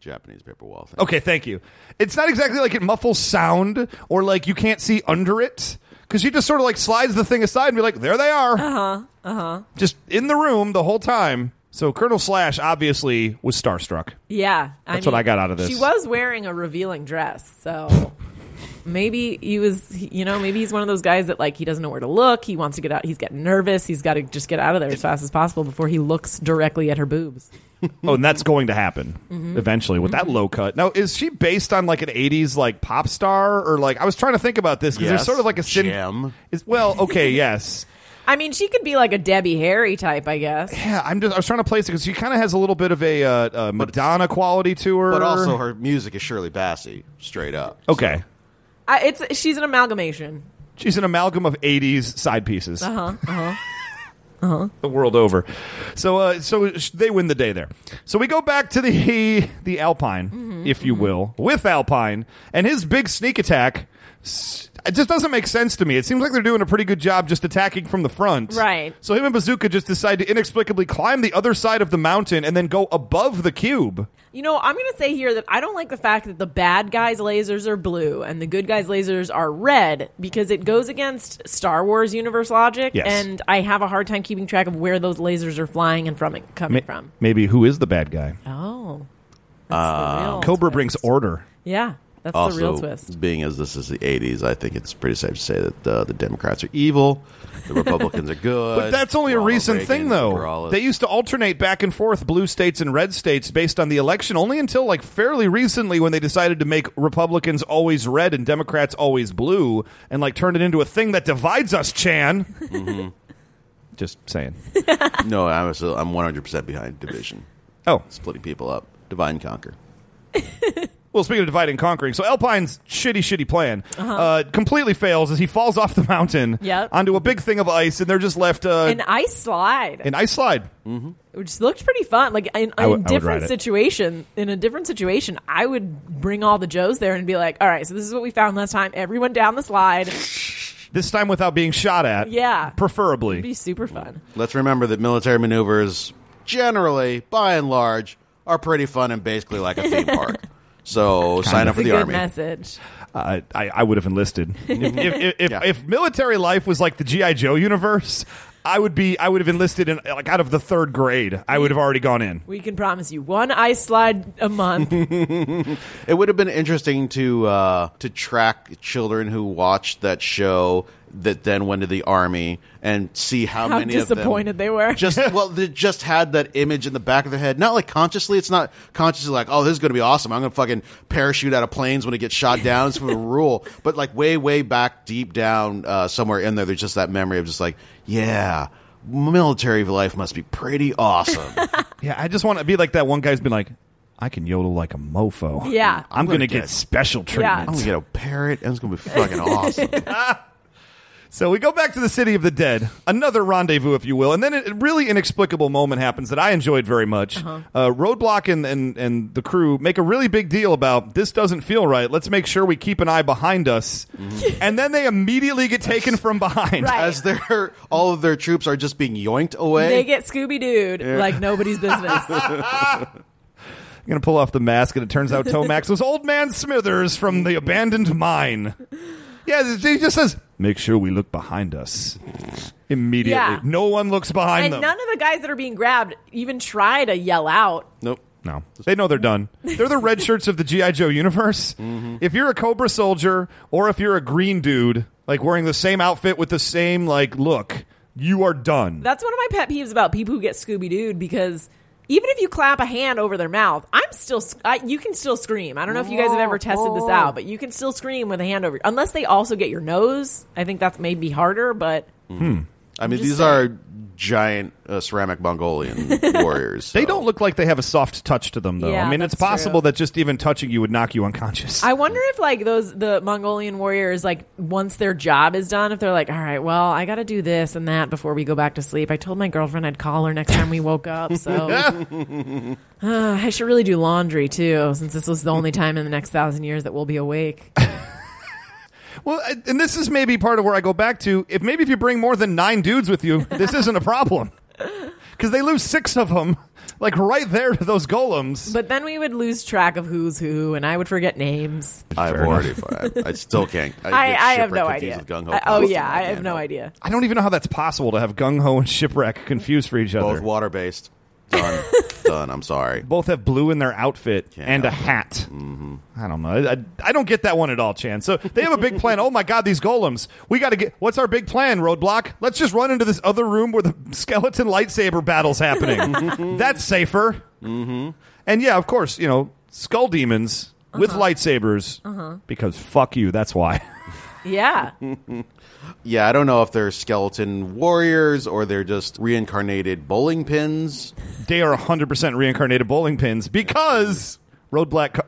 Speaker 5: Japanese paper wall. Thing.
Speaker 3: Okay, thank you. It's not exactly like it muffles sound or like you can't see under it because she just sort of like slides the thing aside and be like, there they are. Uh huh. Uh huh. Just in the room the whole time. So Colonel Slash obviously was starstruck.
Speaker 4: Yeah,
Speaker 3: That's what I got out of this.
Speaker 4: She was wearing a revealing dress, so [LAUGHS] maybe he was. You know, maybe he's one of those guys that like he doesn't know where to look. He wants to get out. He's getting nervous. He's got to just get out of there as fast as possible before he looks directly at her boobs.
Speaker 3: Oh, and that's going to happen eventually with that low cut. Now, is she based on like an '80s like pop star or like I was trying to think about this because there's
Speaker 5: Yes,
Speaker 3: sort of like a sim-
Speaker 5: Jim.
Speaker 3: Is well, okay, yes,
Speaker 4: I mean, she could be like a Debbie Harry type, I guess.
Speaker 3: yeah. I'm just I was trying to place it because she kind of has a little bit of a uh, uh, Madonna quality to her,
Speaker 5: But also, her music is Shirley Bassey, straight up.
Speaker 3: okay.
Speaker 4: I, it's she's an amalgamation.
Speaker 3: She's an amalgam of '80s side pieces. Uh huh.
Speaker 4: Uh-huh,
Speaker 3: Uh huh. [LAUGHS] the world over. So, uh, so sh- they win the day there. So we go back to the [LAUGHS] the Alpine,
Speaker 4: Mm-hmm,
Speaker 3: if you will, with Alpine and his big sneak attack. s- It just doesn't make sense to me. It seems like they're doing a pretty good job just attacking from the front.
Speaker 4: Right.
Speaker 3: So him and Bazooka just decide to inexplicably climb the other side of the mountain and then go above the cube.
Speaker 4: You know, I'm going to say here that I don't like the fact that the bad guys' lasers are blue and the good guys' lasers are red because it goes against Star Wars universe logic,
Speaker 3: Yes.
Speaker 4: and I have a hard time keeping track of where those lasers are flying and from it coming from.
Speaker 3: Maybe who is the bad guy?
Speaker 4: Oh, that's
Speaker 8: Uh,
Speaker 4: the real
Speaker 3: Cobra
Speaker 4: twist.
Speaker 3: brings order.
Speaker 4: Yeah, that's the real
Speaker 5: Also,
Speaker 4: twist.
Speaker 5: being as this is the '80s, I think it's pretty safe to say that uh, the Democrats are evil, the Republicans are [LAUGHS] good.
Speaker 3: But that's only a
Speaker 5: Ronald
Speaker 3: recent
Speaker 5: Reagan,
Speaker 3: thing, though.
Speaker 5: we're all-
Speaker 3: They used to alternate back and forth blue states and red states based on the election only until like fairly recently when they decided to make Republicans always red and Democrats always blue and like turned it into a thing that divides us, Chan.
Speaker 5: Mm-hmm.
Speaker 3: Just saying.
Speaker 5: no, I'm so- I'm 100 percent behind division,
Speaker 3: Oh,
Speaker 5: splitting people up, divide and conquer.
Speaker 3: Well, speaking of dividing and conquering, so Alpine's shitty, shitty plan uh completely fails as he falls off the mountain
Speaker 4: Uh-huh. Yep.
Speaker 3: onto a big thing of ice, and they're just left uh,
Speaker 4: An ice slide,
Speaker 3: an ice slide.
Speaker 4: which looked pretty fun. Like in
Speaker 8: I would-
Speaker 4: a
Speaker 8: I would ride
Speaker 4: different
Speaker 8: it.
Speaker 4: situation, in a different situation, I would bring all the Joes there and be like, "All right, so this is what we found last time. Everyone down the slide.
Speaker 3: This time without being shot at.
Speaker 4: Yeah.
Speaker 3: Preferably.
Speaker 4: Be super fun."
Speaker 5: Let's remember that military maneuvers, generally, by and large, are pretty fun and basically like a
Speaker 4: [LAUGHS]
Speaker 5: theme park. So sign up
Speaker 4: It's
Speaker 5: for
Speaker 4: a
Speaker 5: the
Speaker 4: good
Speaker 5: army.
Speaker 4: message.
Speaker 3: I, I, I would have [LAUGHS] enlisted. if, if, if,
Speaker 5: Yeah.
Speaker 3: if military life was like the GI Joe universe, I would be. I would have enlisted in like out of the third grade. I would have already gone in.
Speaker 4: We can promise you one ice slide a
Speaker 5: [LAUGHS]
Speaker 4: month.
Speaker 5: It would have been interesting to uh, to track children who watched that show that then went to the army and see how,
Speaker 4: How
Speaker 5: many
Speaker 4: disappointed
Speaker 5: of them
Speaker 4: they were. [LAUGHS]
Speaker 5: Just well, they just had that image in the back of their head. Not like consciously. It's not consciously like, oh, this is going to be awesome. I'm going to fucking parachute out of planes when it gets shot down. It's from a [LAUGHS] rule, but like way way back deep down uh, somewhere in there, there's just that memory of just like, yeah, military life must be pretty
Speaker 4: [LAUGHS]
Speaker 5: awesome.
Speaker 3: Yeah, I just want to be like that one guy's been like, I can yodel like a mofo.
Speaker 4: Yeah.
Speaker 3: I'm, gonna, get, special
Speaker 4: Yeah.
Speaker 3: treatment.
Speaker 5: I'm going to get a parrot and it's going to be fucking awesome.
Speaker 3: So we go back to the city of the dead, another rendezvous, if you will, and then a really inexplicable moment happens that I enjoyed very much.
Speaker 4: Uh-huh.
Speaker 3: uh Roadblock and, and and the crew make a really big deal about this doesn't feel right. Let's make sure we keep an eye behind us, and then they immediately get taken from behind.
Speaker 4: Mm-hmm. Right.
Speaker 5: as their [LAUGHS] all of their troops are just being yoinked away.
Speaker 4: they get Scooby Dooed like
Speaker 5: [LAUGHS]
Speaker 4: nobody's business.
Speaker 3: I'm gonna pull off the mask, and it turns out
Speaker 4: [LAUGHS]
Speaker 3: Tomax was Old Man Smithers from the abandoned mine. Yeah, he just says, "Make sure we look behind us." Immediately,
Speaker 4: Yeah.
Speaker 3: no one looks behind
Speaker 4: and
Speaker 3: them.
Speaker 4: none of the guys that are being grabbed even try to yell out.
Speaker 5: nope.
Speaker 3: No, they know they're done. They're the red shirts of the GI Joe universe. If you're a Cobra soldier, or if you're a green dude, like wearing the same outfit with the same like look, you are done.
Speaker 4: That's one of my pet peeves about people who get Scooby Dooed because even if you clap a hand over their mouth, I'm still sc- I, you can still scream. I don't know if you guys have ever tested this out, but you can still scream with a hand over. Unless they also get your nose, I think that may be harder. But
Speaker 5: I mean,
Speaker 4: just
Speaker 5: these are giant uh,
Speaker 4: [LAUGHS]
Speaker 5: ceramic Mongolian warriors.
Speaker 3: they
Speaker 5: so.
Speaker 3: don't look like they have a soft touch to them, though.
Speaker 4: Yeah,
Speaker 3: I mean, it's
Speaker 4: that's
Speaker 3: possible
Speaker 4: true.
Speaker 3: that just even touching you would knock you unconscious.
Speaker 4: I wonder if like those the Mongolian warriors like once their job is done, if they're like, all right, well, I got to do this and that before we go back to sleep. I told my girlfriend I'd call her next time we woke up, so
Speaker 5: [LAUGHS]
Speaker 4: [SIGHS] Uh, I should really do laundry too, since this was the only time in the next thousand years that we'll be awake.
Speaker 3: Well, I- and this is maybe part of where I go back to. If maybe if you bring more than nine dudes with
Speaker 4: [LAUGHS]
Speaker 3: you, this isn't a problem because they lose six of them, like right there to those golems.
Speaker 4: But then we would lose track of who's who, and I would forget names.
Speaker 5: I've already. I, I still can't.
Speaker 4: [LAUGHS] I,
Speaker 5: get
Speaker 4: I have
Speaker 5: shipwrecked
Speaker 4: no
Speaker 5: confused
Speaker 4: idea.
Speaker 5: with Gung Ho
Speaker 4: I- oh
Speaker 5: Constantly.
Speaker 4: yeah, I have
Speaker 5: can't
Speaker 4: no
Speaker 5: help.
Speaker 4: idea.
Speaker 3: I don't even know how that's possible to have gung ho and shipwreck confused for each other.
Speaker 5: Both water
Speaker 4: [LAUGHS]
Speaker 5: based. Done. Done. I'm sorry.
Speaker 3: both have blue in their outfit
Speaker 5: Can't
Speaker 3: and a
Speaker 5: help
Speaker 3: hat. I don't know. I, I, I don't get that one at all, Chan. So they have a big plan. Oh my God, these golems! We got to get. What's our big plan, Roadblock? Let's just run into this other room where the skeleton lightsaber battle's happening. That's safer. Mm-hmm. And yeah, of course, you know, skull demons with lightsabers because fuck you. That's why.
Speaker 5: [LAUGHS]
Speaker 4: Yeah,
Speaker 5: Yeah, I don't know if they're skeleton warriors or they're just reincarnated bowling pins.
Speaker 3: they are 100% reincarnated bowling pins because Roadblock.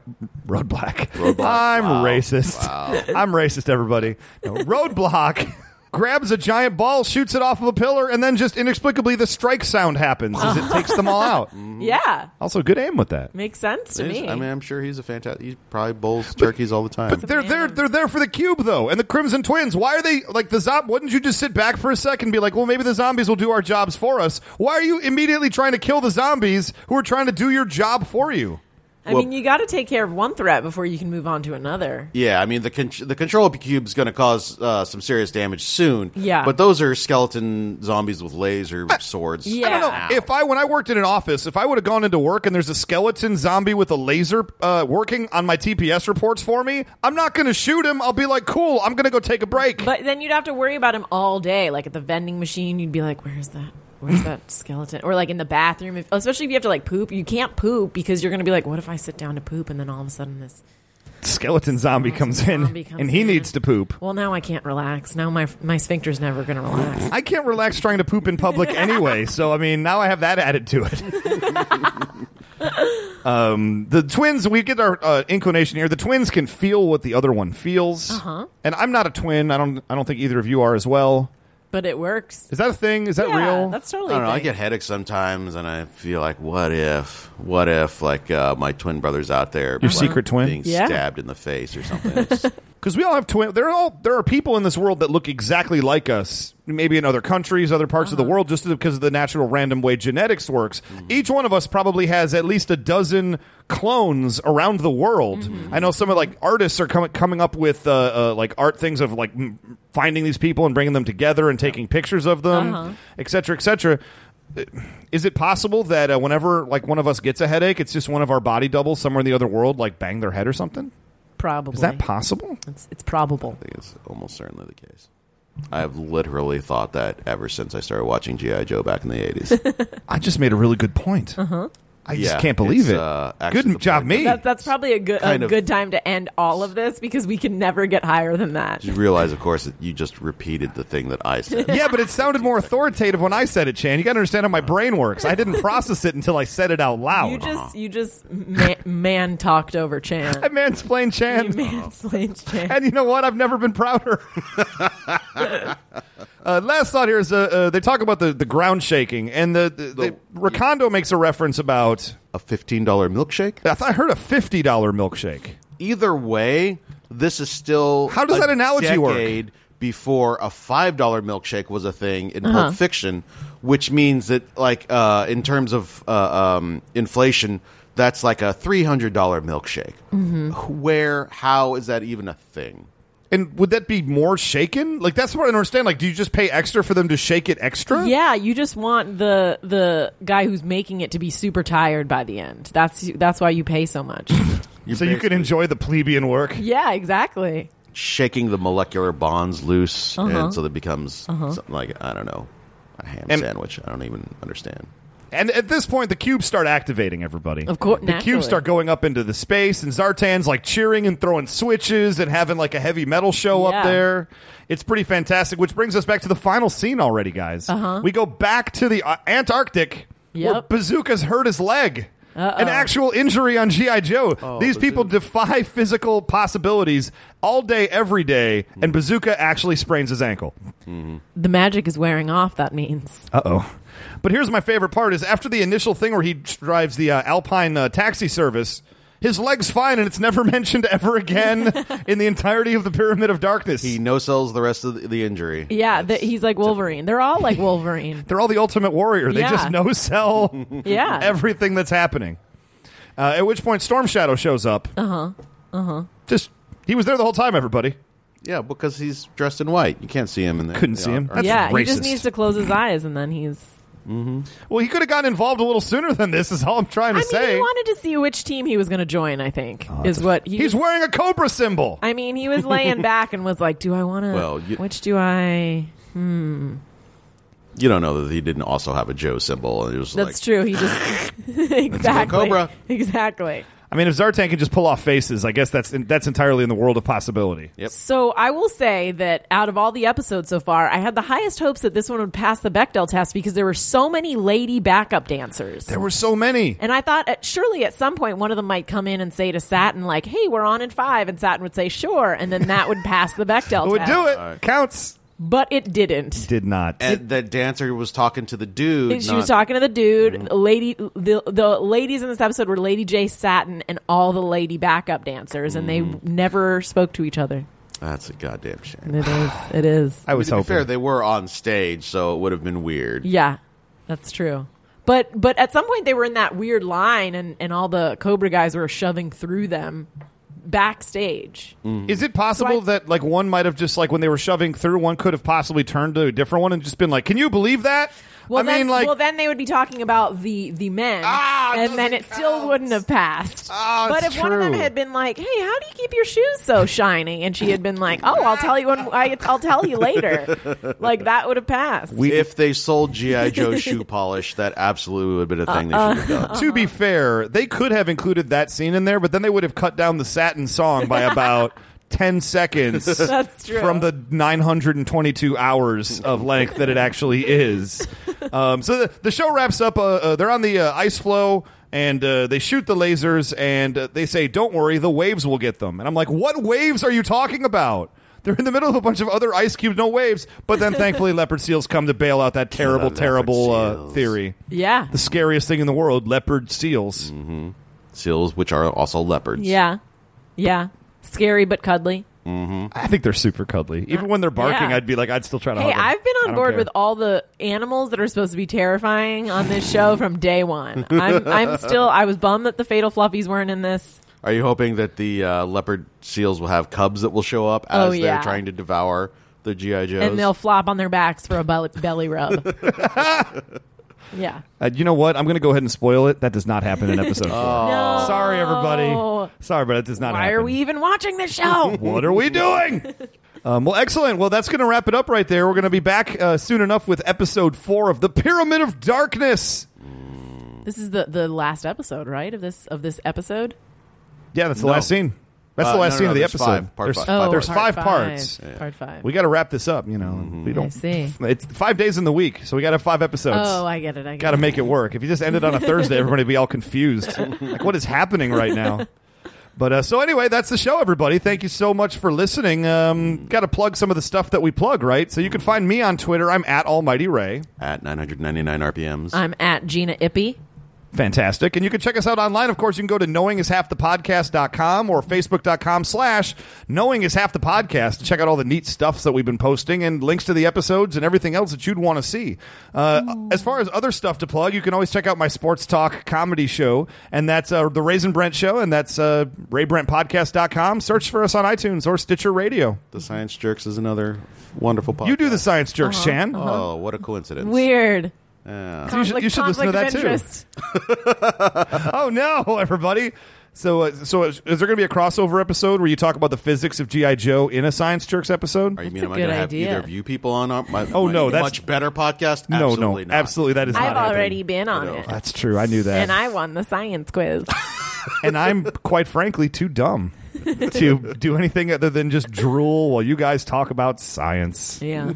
Speaker 3: Roadblock.
Speaker 5: Roadblock,
Speaker 3: I'm
Speaker 5: wow,
Speaker 3: racist. I'm racist, everybody. No, Roadblock grabs a giant ball, shoots it off of a pillar, and then just inexplicably the strike sound happens as
Speaker 5: [LAUGHS]
Speaker 3: it takes them all out.
Speaker 4: yeah,
Speaker 3: Also, good aim with that.
Speaker 4: makes sense to
Speaker 5: He's-
Speaker 4: me.
Speaker 5: I mean, I'm sure he's a fantastic. He probably bowls turkeys all the time.
Speaker 3: But they're there. They're there for the cube, though, and the Crimson Twins. Why are they like the zombie? Wouldn't you just sit back for a second and be like, "Well, maybe the zombies will do our jobs for us"? Why are you immediately trying to kill the zombies who are trying to do your job for you?
Speaker 4: I mean, you got to take care of one threat before you can move on to another.
Speaker 5: Yeah, I mean the con- the control cube's going to cause uh, some serious damage soon.
Speaker 4: Yeah.
Speaker 5: but those are skeleton zombies with laser swords.
Speaker 4: yeah.
Speaker 3: I don't know. If I, when I worked in an office, if I would have gone into work and there's a skeleton zombie with a laser uh, working on my TPS reports for me, I'm not going to shoot him. I'll be like, cool, I'm going to go take a break.
Speaker 4: But then you'd have to worry about him all day. Like at the vending machine, you'd be like, "Where's that? Where's [LAUGHS] that skeleton?" Or like in the bathroom, if, especially if you have to like poop, you can't poop because you're gonna be like, "What if I sit down to poop?" And then all of a sudden, this.
Speaker 3: skeleton zombie comes in
Speaker 4: Zombie comes
Speaker 3: and he
Speaker 4: in.
Speaker 3: needs to poop.
Speaker 4: Well, now I can't relax. Now my my sphincter's never gonna relax.
Speaker 3: I
Speaker 4: [LAUGHS]
Speaker 3: can't relax trying to poop in public anyway, so I mean, now I have that added to it. Um, the twins we get our uh, inclination here the twins can feel what the other one feels uh-huh. and i'm not a twin i don't i don't think either of you are as well
Speaker 4: but it works.
Speaker 3: is that a thing is that
Speaker 4: yeah,
Speaker 3: real
Speaker 4: That's totally.
Speaker 5: I don't know. I
Speaker 4: fake.
Speaker 5: get headaches sometimes, and I feel like, what if, what if, like uh, my twin brother's out there,
Speaker 3: Your
Speaker 5: like,
Speaker 3: secret twin?
Speaker 5: being
Speaker 4: Yeah.
Speaker 5: stabbed in the face or something. It's-
Speaker 3: because we all have twin there are all there are people in this world that look exactly like us maybe in other countries other parts of the world just because of the natural random way genetics works each one of us probably has at least a dozen clones around the world i know some of like artists are com- coming up with uh, uh, like art things of like m- finding these people and bringing them together and taking pictures of them et cetera, et cetera. Uh, Is it possible that uh, whenever like one of us gets a headache, it's just one of our body doubles somewhere in the other world, like bang their head or something?
Speaker 4: probably.
Speaker 3: Is that possible?
Speaker 4: it's, it's probable.
Speaker 5: think it's almost certainly the case. I have literally thought that ever since I started watching GI Joe back in the eighties.
Speaker 4: [LAUGHS]
Speaker 3: I just made a really good point. Uh-huh. I just
Speaker 5: Yeah,
Speaker 3: can't believe
Speaker 5: it's,
Speaker 3: it.
Speaker 5: uh, actually the
Speaker 3: good job,
Speaker 5: point
Speaker 3: me.
Speaker 4: That, that's probably a good a
Speaker 5: Kind of-
Speaker 4: good time to end all of this because we can never get higher than that.
Speaker 5: you realize, of course, that you just repeated the thing that I said.
Speaker 3: [LAUGHS]
Speaker 4: [LAUGHS]
Speaker 3: yeah, but it sounded more authoritative when I said it, Chan. You got to understand how
Speaker 5: Uh-huh.
Speaker 3: my brain works. I
Speaker 4: [LAUGHS]
Speaker 3: didn't process it until I said it out loud.
Speaker 4: You just you just man, man talked over Chan.
Speaker 5: [LAUGHS]
Speaker 3: I mansplained
Speaker 4: You
Speaker 3: Chan.
Speaker 4: mansplained Chan.
Speaker 3: And you know what? I've never been prouder. [LAUGHS] uh, last thought here is uh, uh, they talk about the, the ground shaking, and the, the, the Ricondo makes a reference about.
Speaker 5: A fifteen dollar milkshake.
Speaker 3: I, thought I heard a fifty dollar milkshake.
Speaker 5: Either way, this is still
Speaker 3: How does
Speaker 5: a
Speaker 3: that analogy work?
Speaker 5: decade Before a five dollar milkshake was a thing in Pulp Fiction, which means that like uh, in terms of uh, um, inflation, that's like a three hundred dollar milkshake. Where how is that even a thing?
Speaker 3: And would that be more shaken? Like that's what I don't understand. Like, do you just pay extra for them to shake it extra?
Speaker 4: Yeah, you just want the the guy who's making it to be super tired by the end. That's that's why you pay so much.
Speaker 3: so you can enjoy the plebeian work.
Speaker 4: yeah, exactly.
Speaker 5: shaking the molecular bonds loose, and so that becomes something like I don't know, a ham
Speaker 3: And-
Speaker 5: sandwich. I don't even understand.
Speaker 3: And at this point, the cubes start activating everybody.
Speaker 4: Of course,
Speaker 3: the
Speaker 4: naturally.
Speaker 3: cubes start going up into the space, and Zartan's like cheering and throwing switches and having like a heavy metal show
Speaker 4: Yeah.
Speaker 3: up there. It's pretty fantastic, which brings us back to the final scene already, guys. Uh-huh. We go back to the uh, Antarctic, where
Speaker 4: Yep.
Speaker 3: Bazooka's hurt his leg. An actual injury on G.I. Joe. These people defy physical possibilities all day, every day, and Bazooka actually sprains his ankle.
Speaker 4: The magic is wearing off. That means
Speaker 3: Uh oh. But here's my favorite part: is after the initial thing where he drives the uh, Alpine uh, taxi service, his leg's fine, and it's never [LAUGHS] mentioned ever
Speaker 4: [LAUGHS]
Speaker 3: again in the entirety of the Pyramid of Darkness.
Speaker 5: He no sells the rest of the, the injury.
Speaker 4: yeah. The, he's like Wolverine. They're all like Wolverine.
Speaker 3: They're all the Ultimate Warrior. They
Speaker 4: Yeah.
Speaker 3: just no sell
Speaker 4: [LAUGHS] Yeah.
Speaker 3: everything that's happening. Uh, at which point, Storm Shadow shows up. Uh huh.
Speaker 4: Uh-huh.
Speaker 3: Uh huh. Just he was there the whole time. Everybody
Speaker 5: Yeah, because he's dressed in white. You can't see him in there.
Speaker 3: couldn't see him. That's
Speaker 4: yeah,
Speaker 3: racist.
Speaker 4: he just needs to close his eyes, and then he's.
Speaker 3: well, he could have gotten involved a little sooner than this. Is all I'm trying
Speaker 4: I
Speaker 3: to
Speaker 4: mean,
Speaker 3: say.
Speaker 4: he wanted to see which team he was going to join. I think is what he
Speaker 3: He's
Speaker 4: was-
Speaker 3: wearing a cobra symbol.
Speaker 4: I mean, he was laying back and was like, "Do I want to?
Speaker 5: Well, you-
Speaker 4: which do I?
Speaker 5: You don't know that he didn't also have a Joe symbol. And it was
Speaker 4: That's
Speaker 5: like,
Speaker 4: true. He just [LAUGHS] exactly
Speaker 5: Cobra.
Speaker 4: exactly.
Speaker 3: I mean, if Zartan can just pull off faces, I guess that's that's entirely in the world of possibility.
Speaker 4: So I will say that out of all the episodes so far, I had the highest hopes that this one would pass the Bechdel test because there were so many lady backup dancers.
Speaker 3: There were so many.
Speaker 4: And I thought at, surely at some point one of them might come in and say to Satin like, "Hey, we're on in five," and Satin would say, "Sure," and then that would pass the Bechdel
Speaker 3: It [LAUGHS] would
Speaker 4: test.
Speaker 3: do it. Counts.
Speaker 4: but it didn't.
Speaker 3: Did not.
Speaker 5: And that dancer was talking to the dude.
Speaker 4: she
Speaker 5: not-
Speaker 4: was talking to the dude.
Speaker 3: Mm-hmm.
Speaker 4: Lady, the the ladies in this episode were Lady J Satin and all the lady backup dancers, and they
Speaker 3: Mm-hmm.
Speaker 4: never spoke to each other.
Speaker 5: That's a goddamn shame.
Speaker 4: It is, it is,
Speaker 3: I was
Speaker 5: to be
Speaker 3: hoping.
Speaker 5: fair, they were on stage, so it would have been weird.
Speaker 4: yeah, that's true. But but at some point they were in that weird line, and and all the Cobra guys were shoving through them backstage.
Speaker 3: Is it possible
Speaker 4: So I-
Speaker 3: that like one might have just like when they were shoving through, one could have possibly turned to a different one and just been like, "Can you believe that?" I
Speaker 4: Well, then,
Speaker 3: mean, like,
Speaker 4: well, then they would be talking about the the men,
Speaker 3: Ah, it
Speaker 4: and then it
Speaker 3: doesn't
Speaker 4: still
Speaker 3: count.
Speaker 4: wouldn't have passed.
Speaker 3: Ah,
Speaker 4: but if
Speaker 3: it's
Speaker 4: one of them
Speaker 3: true.
Speaker 4: had been like, "Hey, how do you keep your shoes so shiny?" and she had been like, "Oh, I'll tell you when I, I'll tell
Speaker 3: [LAUGHS]
Speaker 4: you later," like that would have passed.
Speaker 5: if they sold
Speaker 4: [LAUGHS]
Speaker 5: GI Joe shoe polish, that absolutely would have been a thing
Speaker 4: Uh-uh.
Speaker 5: they should have
Speaker 4: [LAUGHS]
Speaker 3: to
Speaker 5: done.
Speaker 4: uh-huh.
Speaker 3: be fair, they could have included that scene in there, but then they would have cut down the satin song by
Speaker 4: [LAUGHS]
Speaker 3: about. 10 seconds
Speaker 4: That's true.
Speaker 3: from the 922 hours of
Speaker 4: [LAUGHS]
Speaker 3: length that it actually is. Um, so the, the show wraps up. Uh, uh, they're on the uh, ice floe. and uh, they shoot the lasers and uh, they say, "Don't worry, the waves will get them." And I'm like, "What waves are you talking about?" They're in the middle of a bunch of other ice cubes, no waves. But then,
Speaker 4: [LAUGHS]
Speaker 3: thankfully, leopard seals come to bail out that terrible,
Speaker 5: leopard
Speaker 3: terrible uh,
Speaker 5: seals.
Speaker 3: theory.
Speaker 4: Yeah.
Speaker 3: The scariest thing in the world: leopard seals.
Speaker 5: Mm-hmm. Seals, which are also leopards.
Speaker 4: Yeah. Yeah. Scary but cuddly.
Speaker 3: I think they're super cuddly. Even when they're barking,
Speaker 4: yeah.
Speaker 3: I'd be like, I'd still try to.
Speaker 4: Hey,
Speaker 3: hug 'em.
Speaker 4: I've been
Speaker 3: I
Speaker 4: on
Speaker 3: don't
Speaker 4: board
Speaker 3: care.
Speaker 4: with all the animals that are supposed to be terrifying on this show from day one. I'm, I'm still. I was bummed that the Fatal Fluffies weren't in this.
Speaker 5: Are you hoping that the uh, leopard seals will have cubs that will show up
Speaker 4: Oh,
Speaker 5: as
Speaker 4: yeah.
Speaker 5: they're trying to devour the GI Joes?
Speaker 4: and they'll flop on their backs for a belly,
Speaker 3: [LAUGHS]
Speaker 4: belly rub. yeah.
Speaker 3: Uh, you know what? I'm going to go ahead and spoil it. That does not happen in episode four.
Speaker 4: [LAUGHS] No.
Speaker 3: Oh, Sorry, everybody. Sorry, but it does not
Speaker 4: Oh. Why
Speaker 3: happen.
Speaker 4: are we even watching this show?
Speaker 3: [LAUGHS] What are we
Speaker 4: [LAUGHS]
Speaker 3: doing? Um, well, excellent. Well, that's going to wrap it up right there. We're going to be back uh, soon enough with episode four of The Pyramid of Darkness.
Speaker 4: this is the, the last episode, right? Of this of this episode.
Speaker 3: Yeah, that's the
Speaker 5: No.
Speaker 3: last scene. That's
Speaker 5: Uh,
Speaker 3: the last
Speaker 5: no, no,
Speaker 3: scene of the
Speaker 5: there's
Speaker 3: episode.
Speaker 5: five. Part Mm-hmm.
Speaker 3: there's
Speaker 5: five. Oh,
Speaker 3: there's
Speaker 4: part
Speaker 3: five, parts.
Speaker 4: Part five.
Speaker 3: We got to wrap this up. You know, we don't.
Speaker 4: I see.
Speaker 3: [LAUGHS] It's five days in the week, so we got to have five episodes.
Speaker 4: Oh, I get it. I get
Speaker 3: Got to
Speaker 4: it.
Speaker 3: make it work. If you just ended on a Thursday, everybody would be all confused. like, what is happening right now? But uh, so anyway, that's the show, everybody. Thank you so much for listening. Um, got to plug some of the stuff that we plug, right? So you can find me on Twitter. I'm at Almighty Ray.
Speaker 5: at 999 RPMs.
Speaker 4: I'm at Gina Ippy.
Speaker 3: Fantastic. And you can check us out online. Of course, you can go to knowingishalfthepodcast.com or facebook.com slash knowingishalfthepodcast to check out all the neat stuffs that we've been posting and links to the episodes and everything else that you'd want to see. Uh, as far as other stuff to plug, you can always check out my sports talk comedy show, and that's uh, The Raisin Brent Show, and that's uh, raybrentpodcast.com. Search for us on iTunes or Stitcher Radio.
Speaker 5: the Science Jerks is another wonderful podcast.
Speaker 3: You do the Science Jerks, Shan.
Speaker 5: Oh, what a coincidence.
Speaker 4: Weird.
Speaker 3: You should,
Speaker 4: Like
Speaker 3: you should listen to that
Speaker 4: conflict of
Speaker 3: too.
Speaker 4: interest.
Speaker 3: Oh no, [LAUGHS] everybody! So, uh, so is, is there going to be a crossover episode where you talk about the physics of GI Joe in a Science Jerks episode?
Speaker 5: Are you
Speaker 4: That's
Speaker 5: mean
Speaker 4: a
Speaker 5: am I
Speaker 4: good
Speaker 5: going to have
Speaker 4: idea.
Speaker 5: either of you people on our, my,
Speaker 3: Oh,
Speaker 5: my
Speaker 3: no, that's-
Speaker 5: much better podcast?
Speaker 3: no,
Speaker 5: absolutely
Speaker 3: no,
Speaker 5: not.
Speaker 3: absolutely that is not.
Speaker 4: I've
Speaker 3: happening. Oh,
Speaker 4: already been on
Speaker 5: know.
Speaker 4: it,
Speaker 3: That's true. I knew that,
Speaker 4: and I won the science quiz.
Speaker 3: and I'm quite frankly too
Speaker 4: [LAUGHS]
Speaker 3: dumb to do anything other than just drool while you guys talk about
Speaker 4: [LAUGHS]
Speaker 3: science.
Speaker 4: yeah.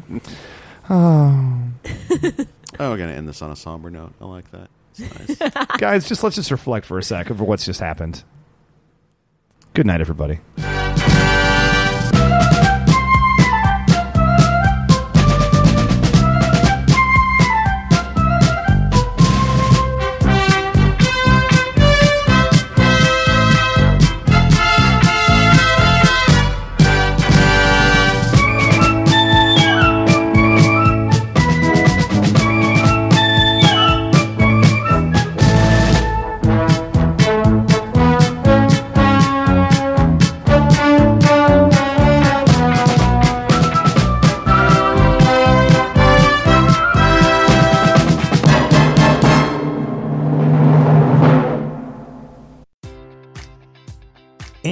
Speaker 5: Oh, we're going to end this on a somber note. I like that. It's nice.
Speaker 3: guys, just let's just reflect for a sec over what's just happened. Good night, everybody.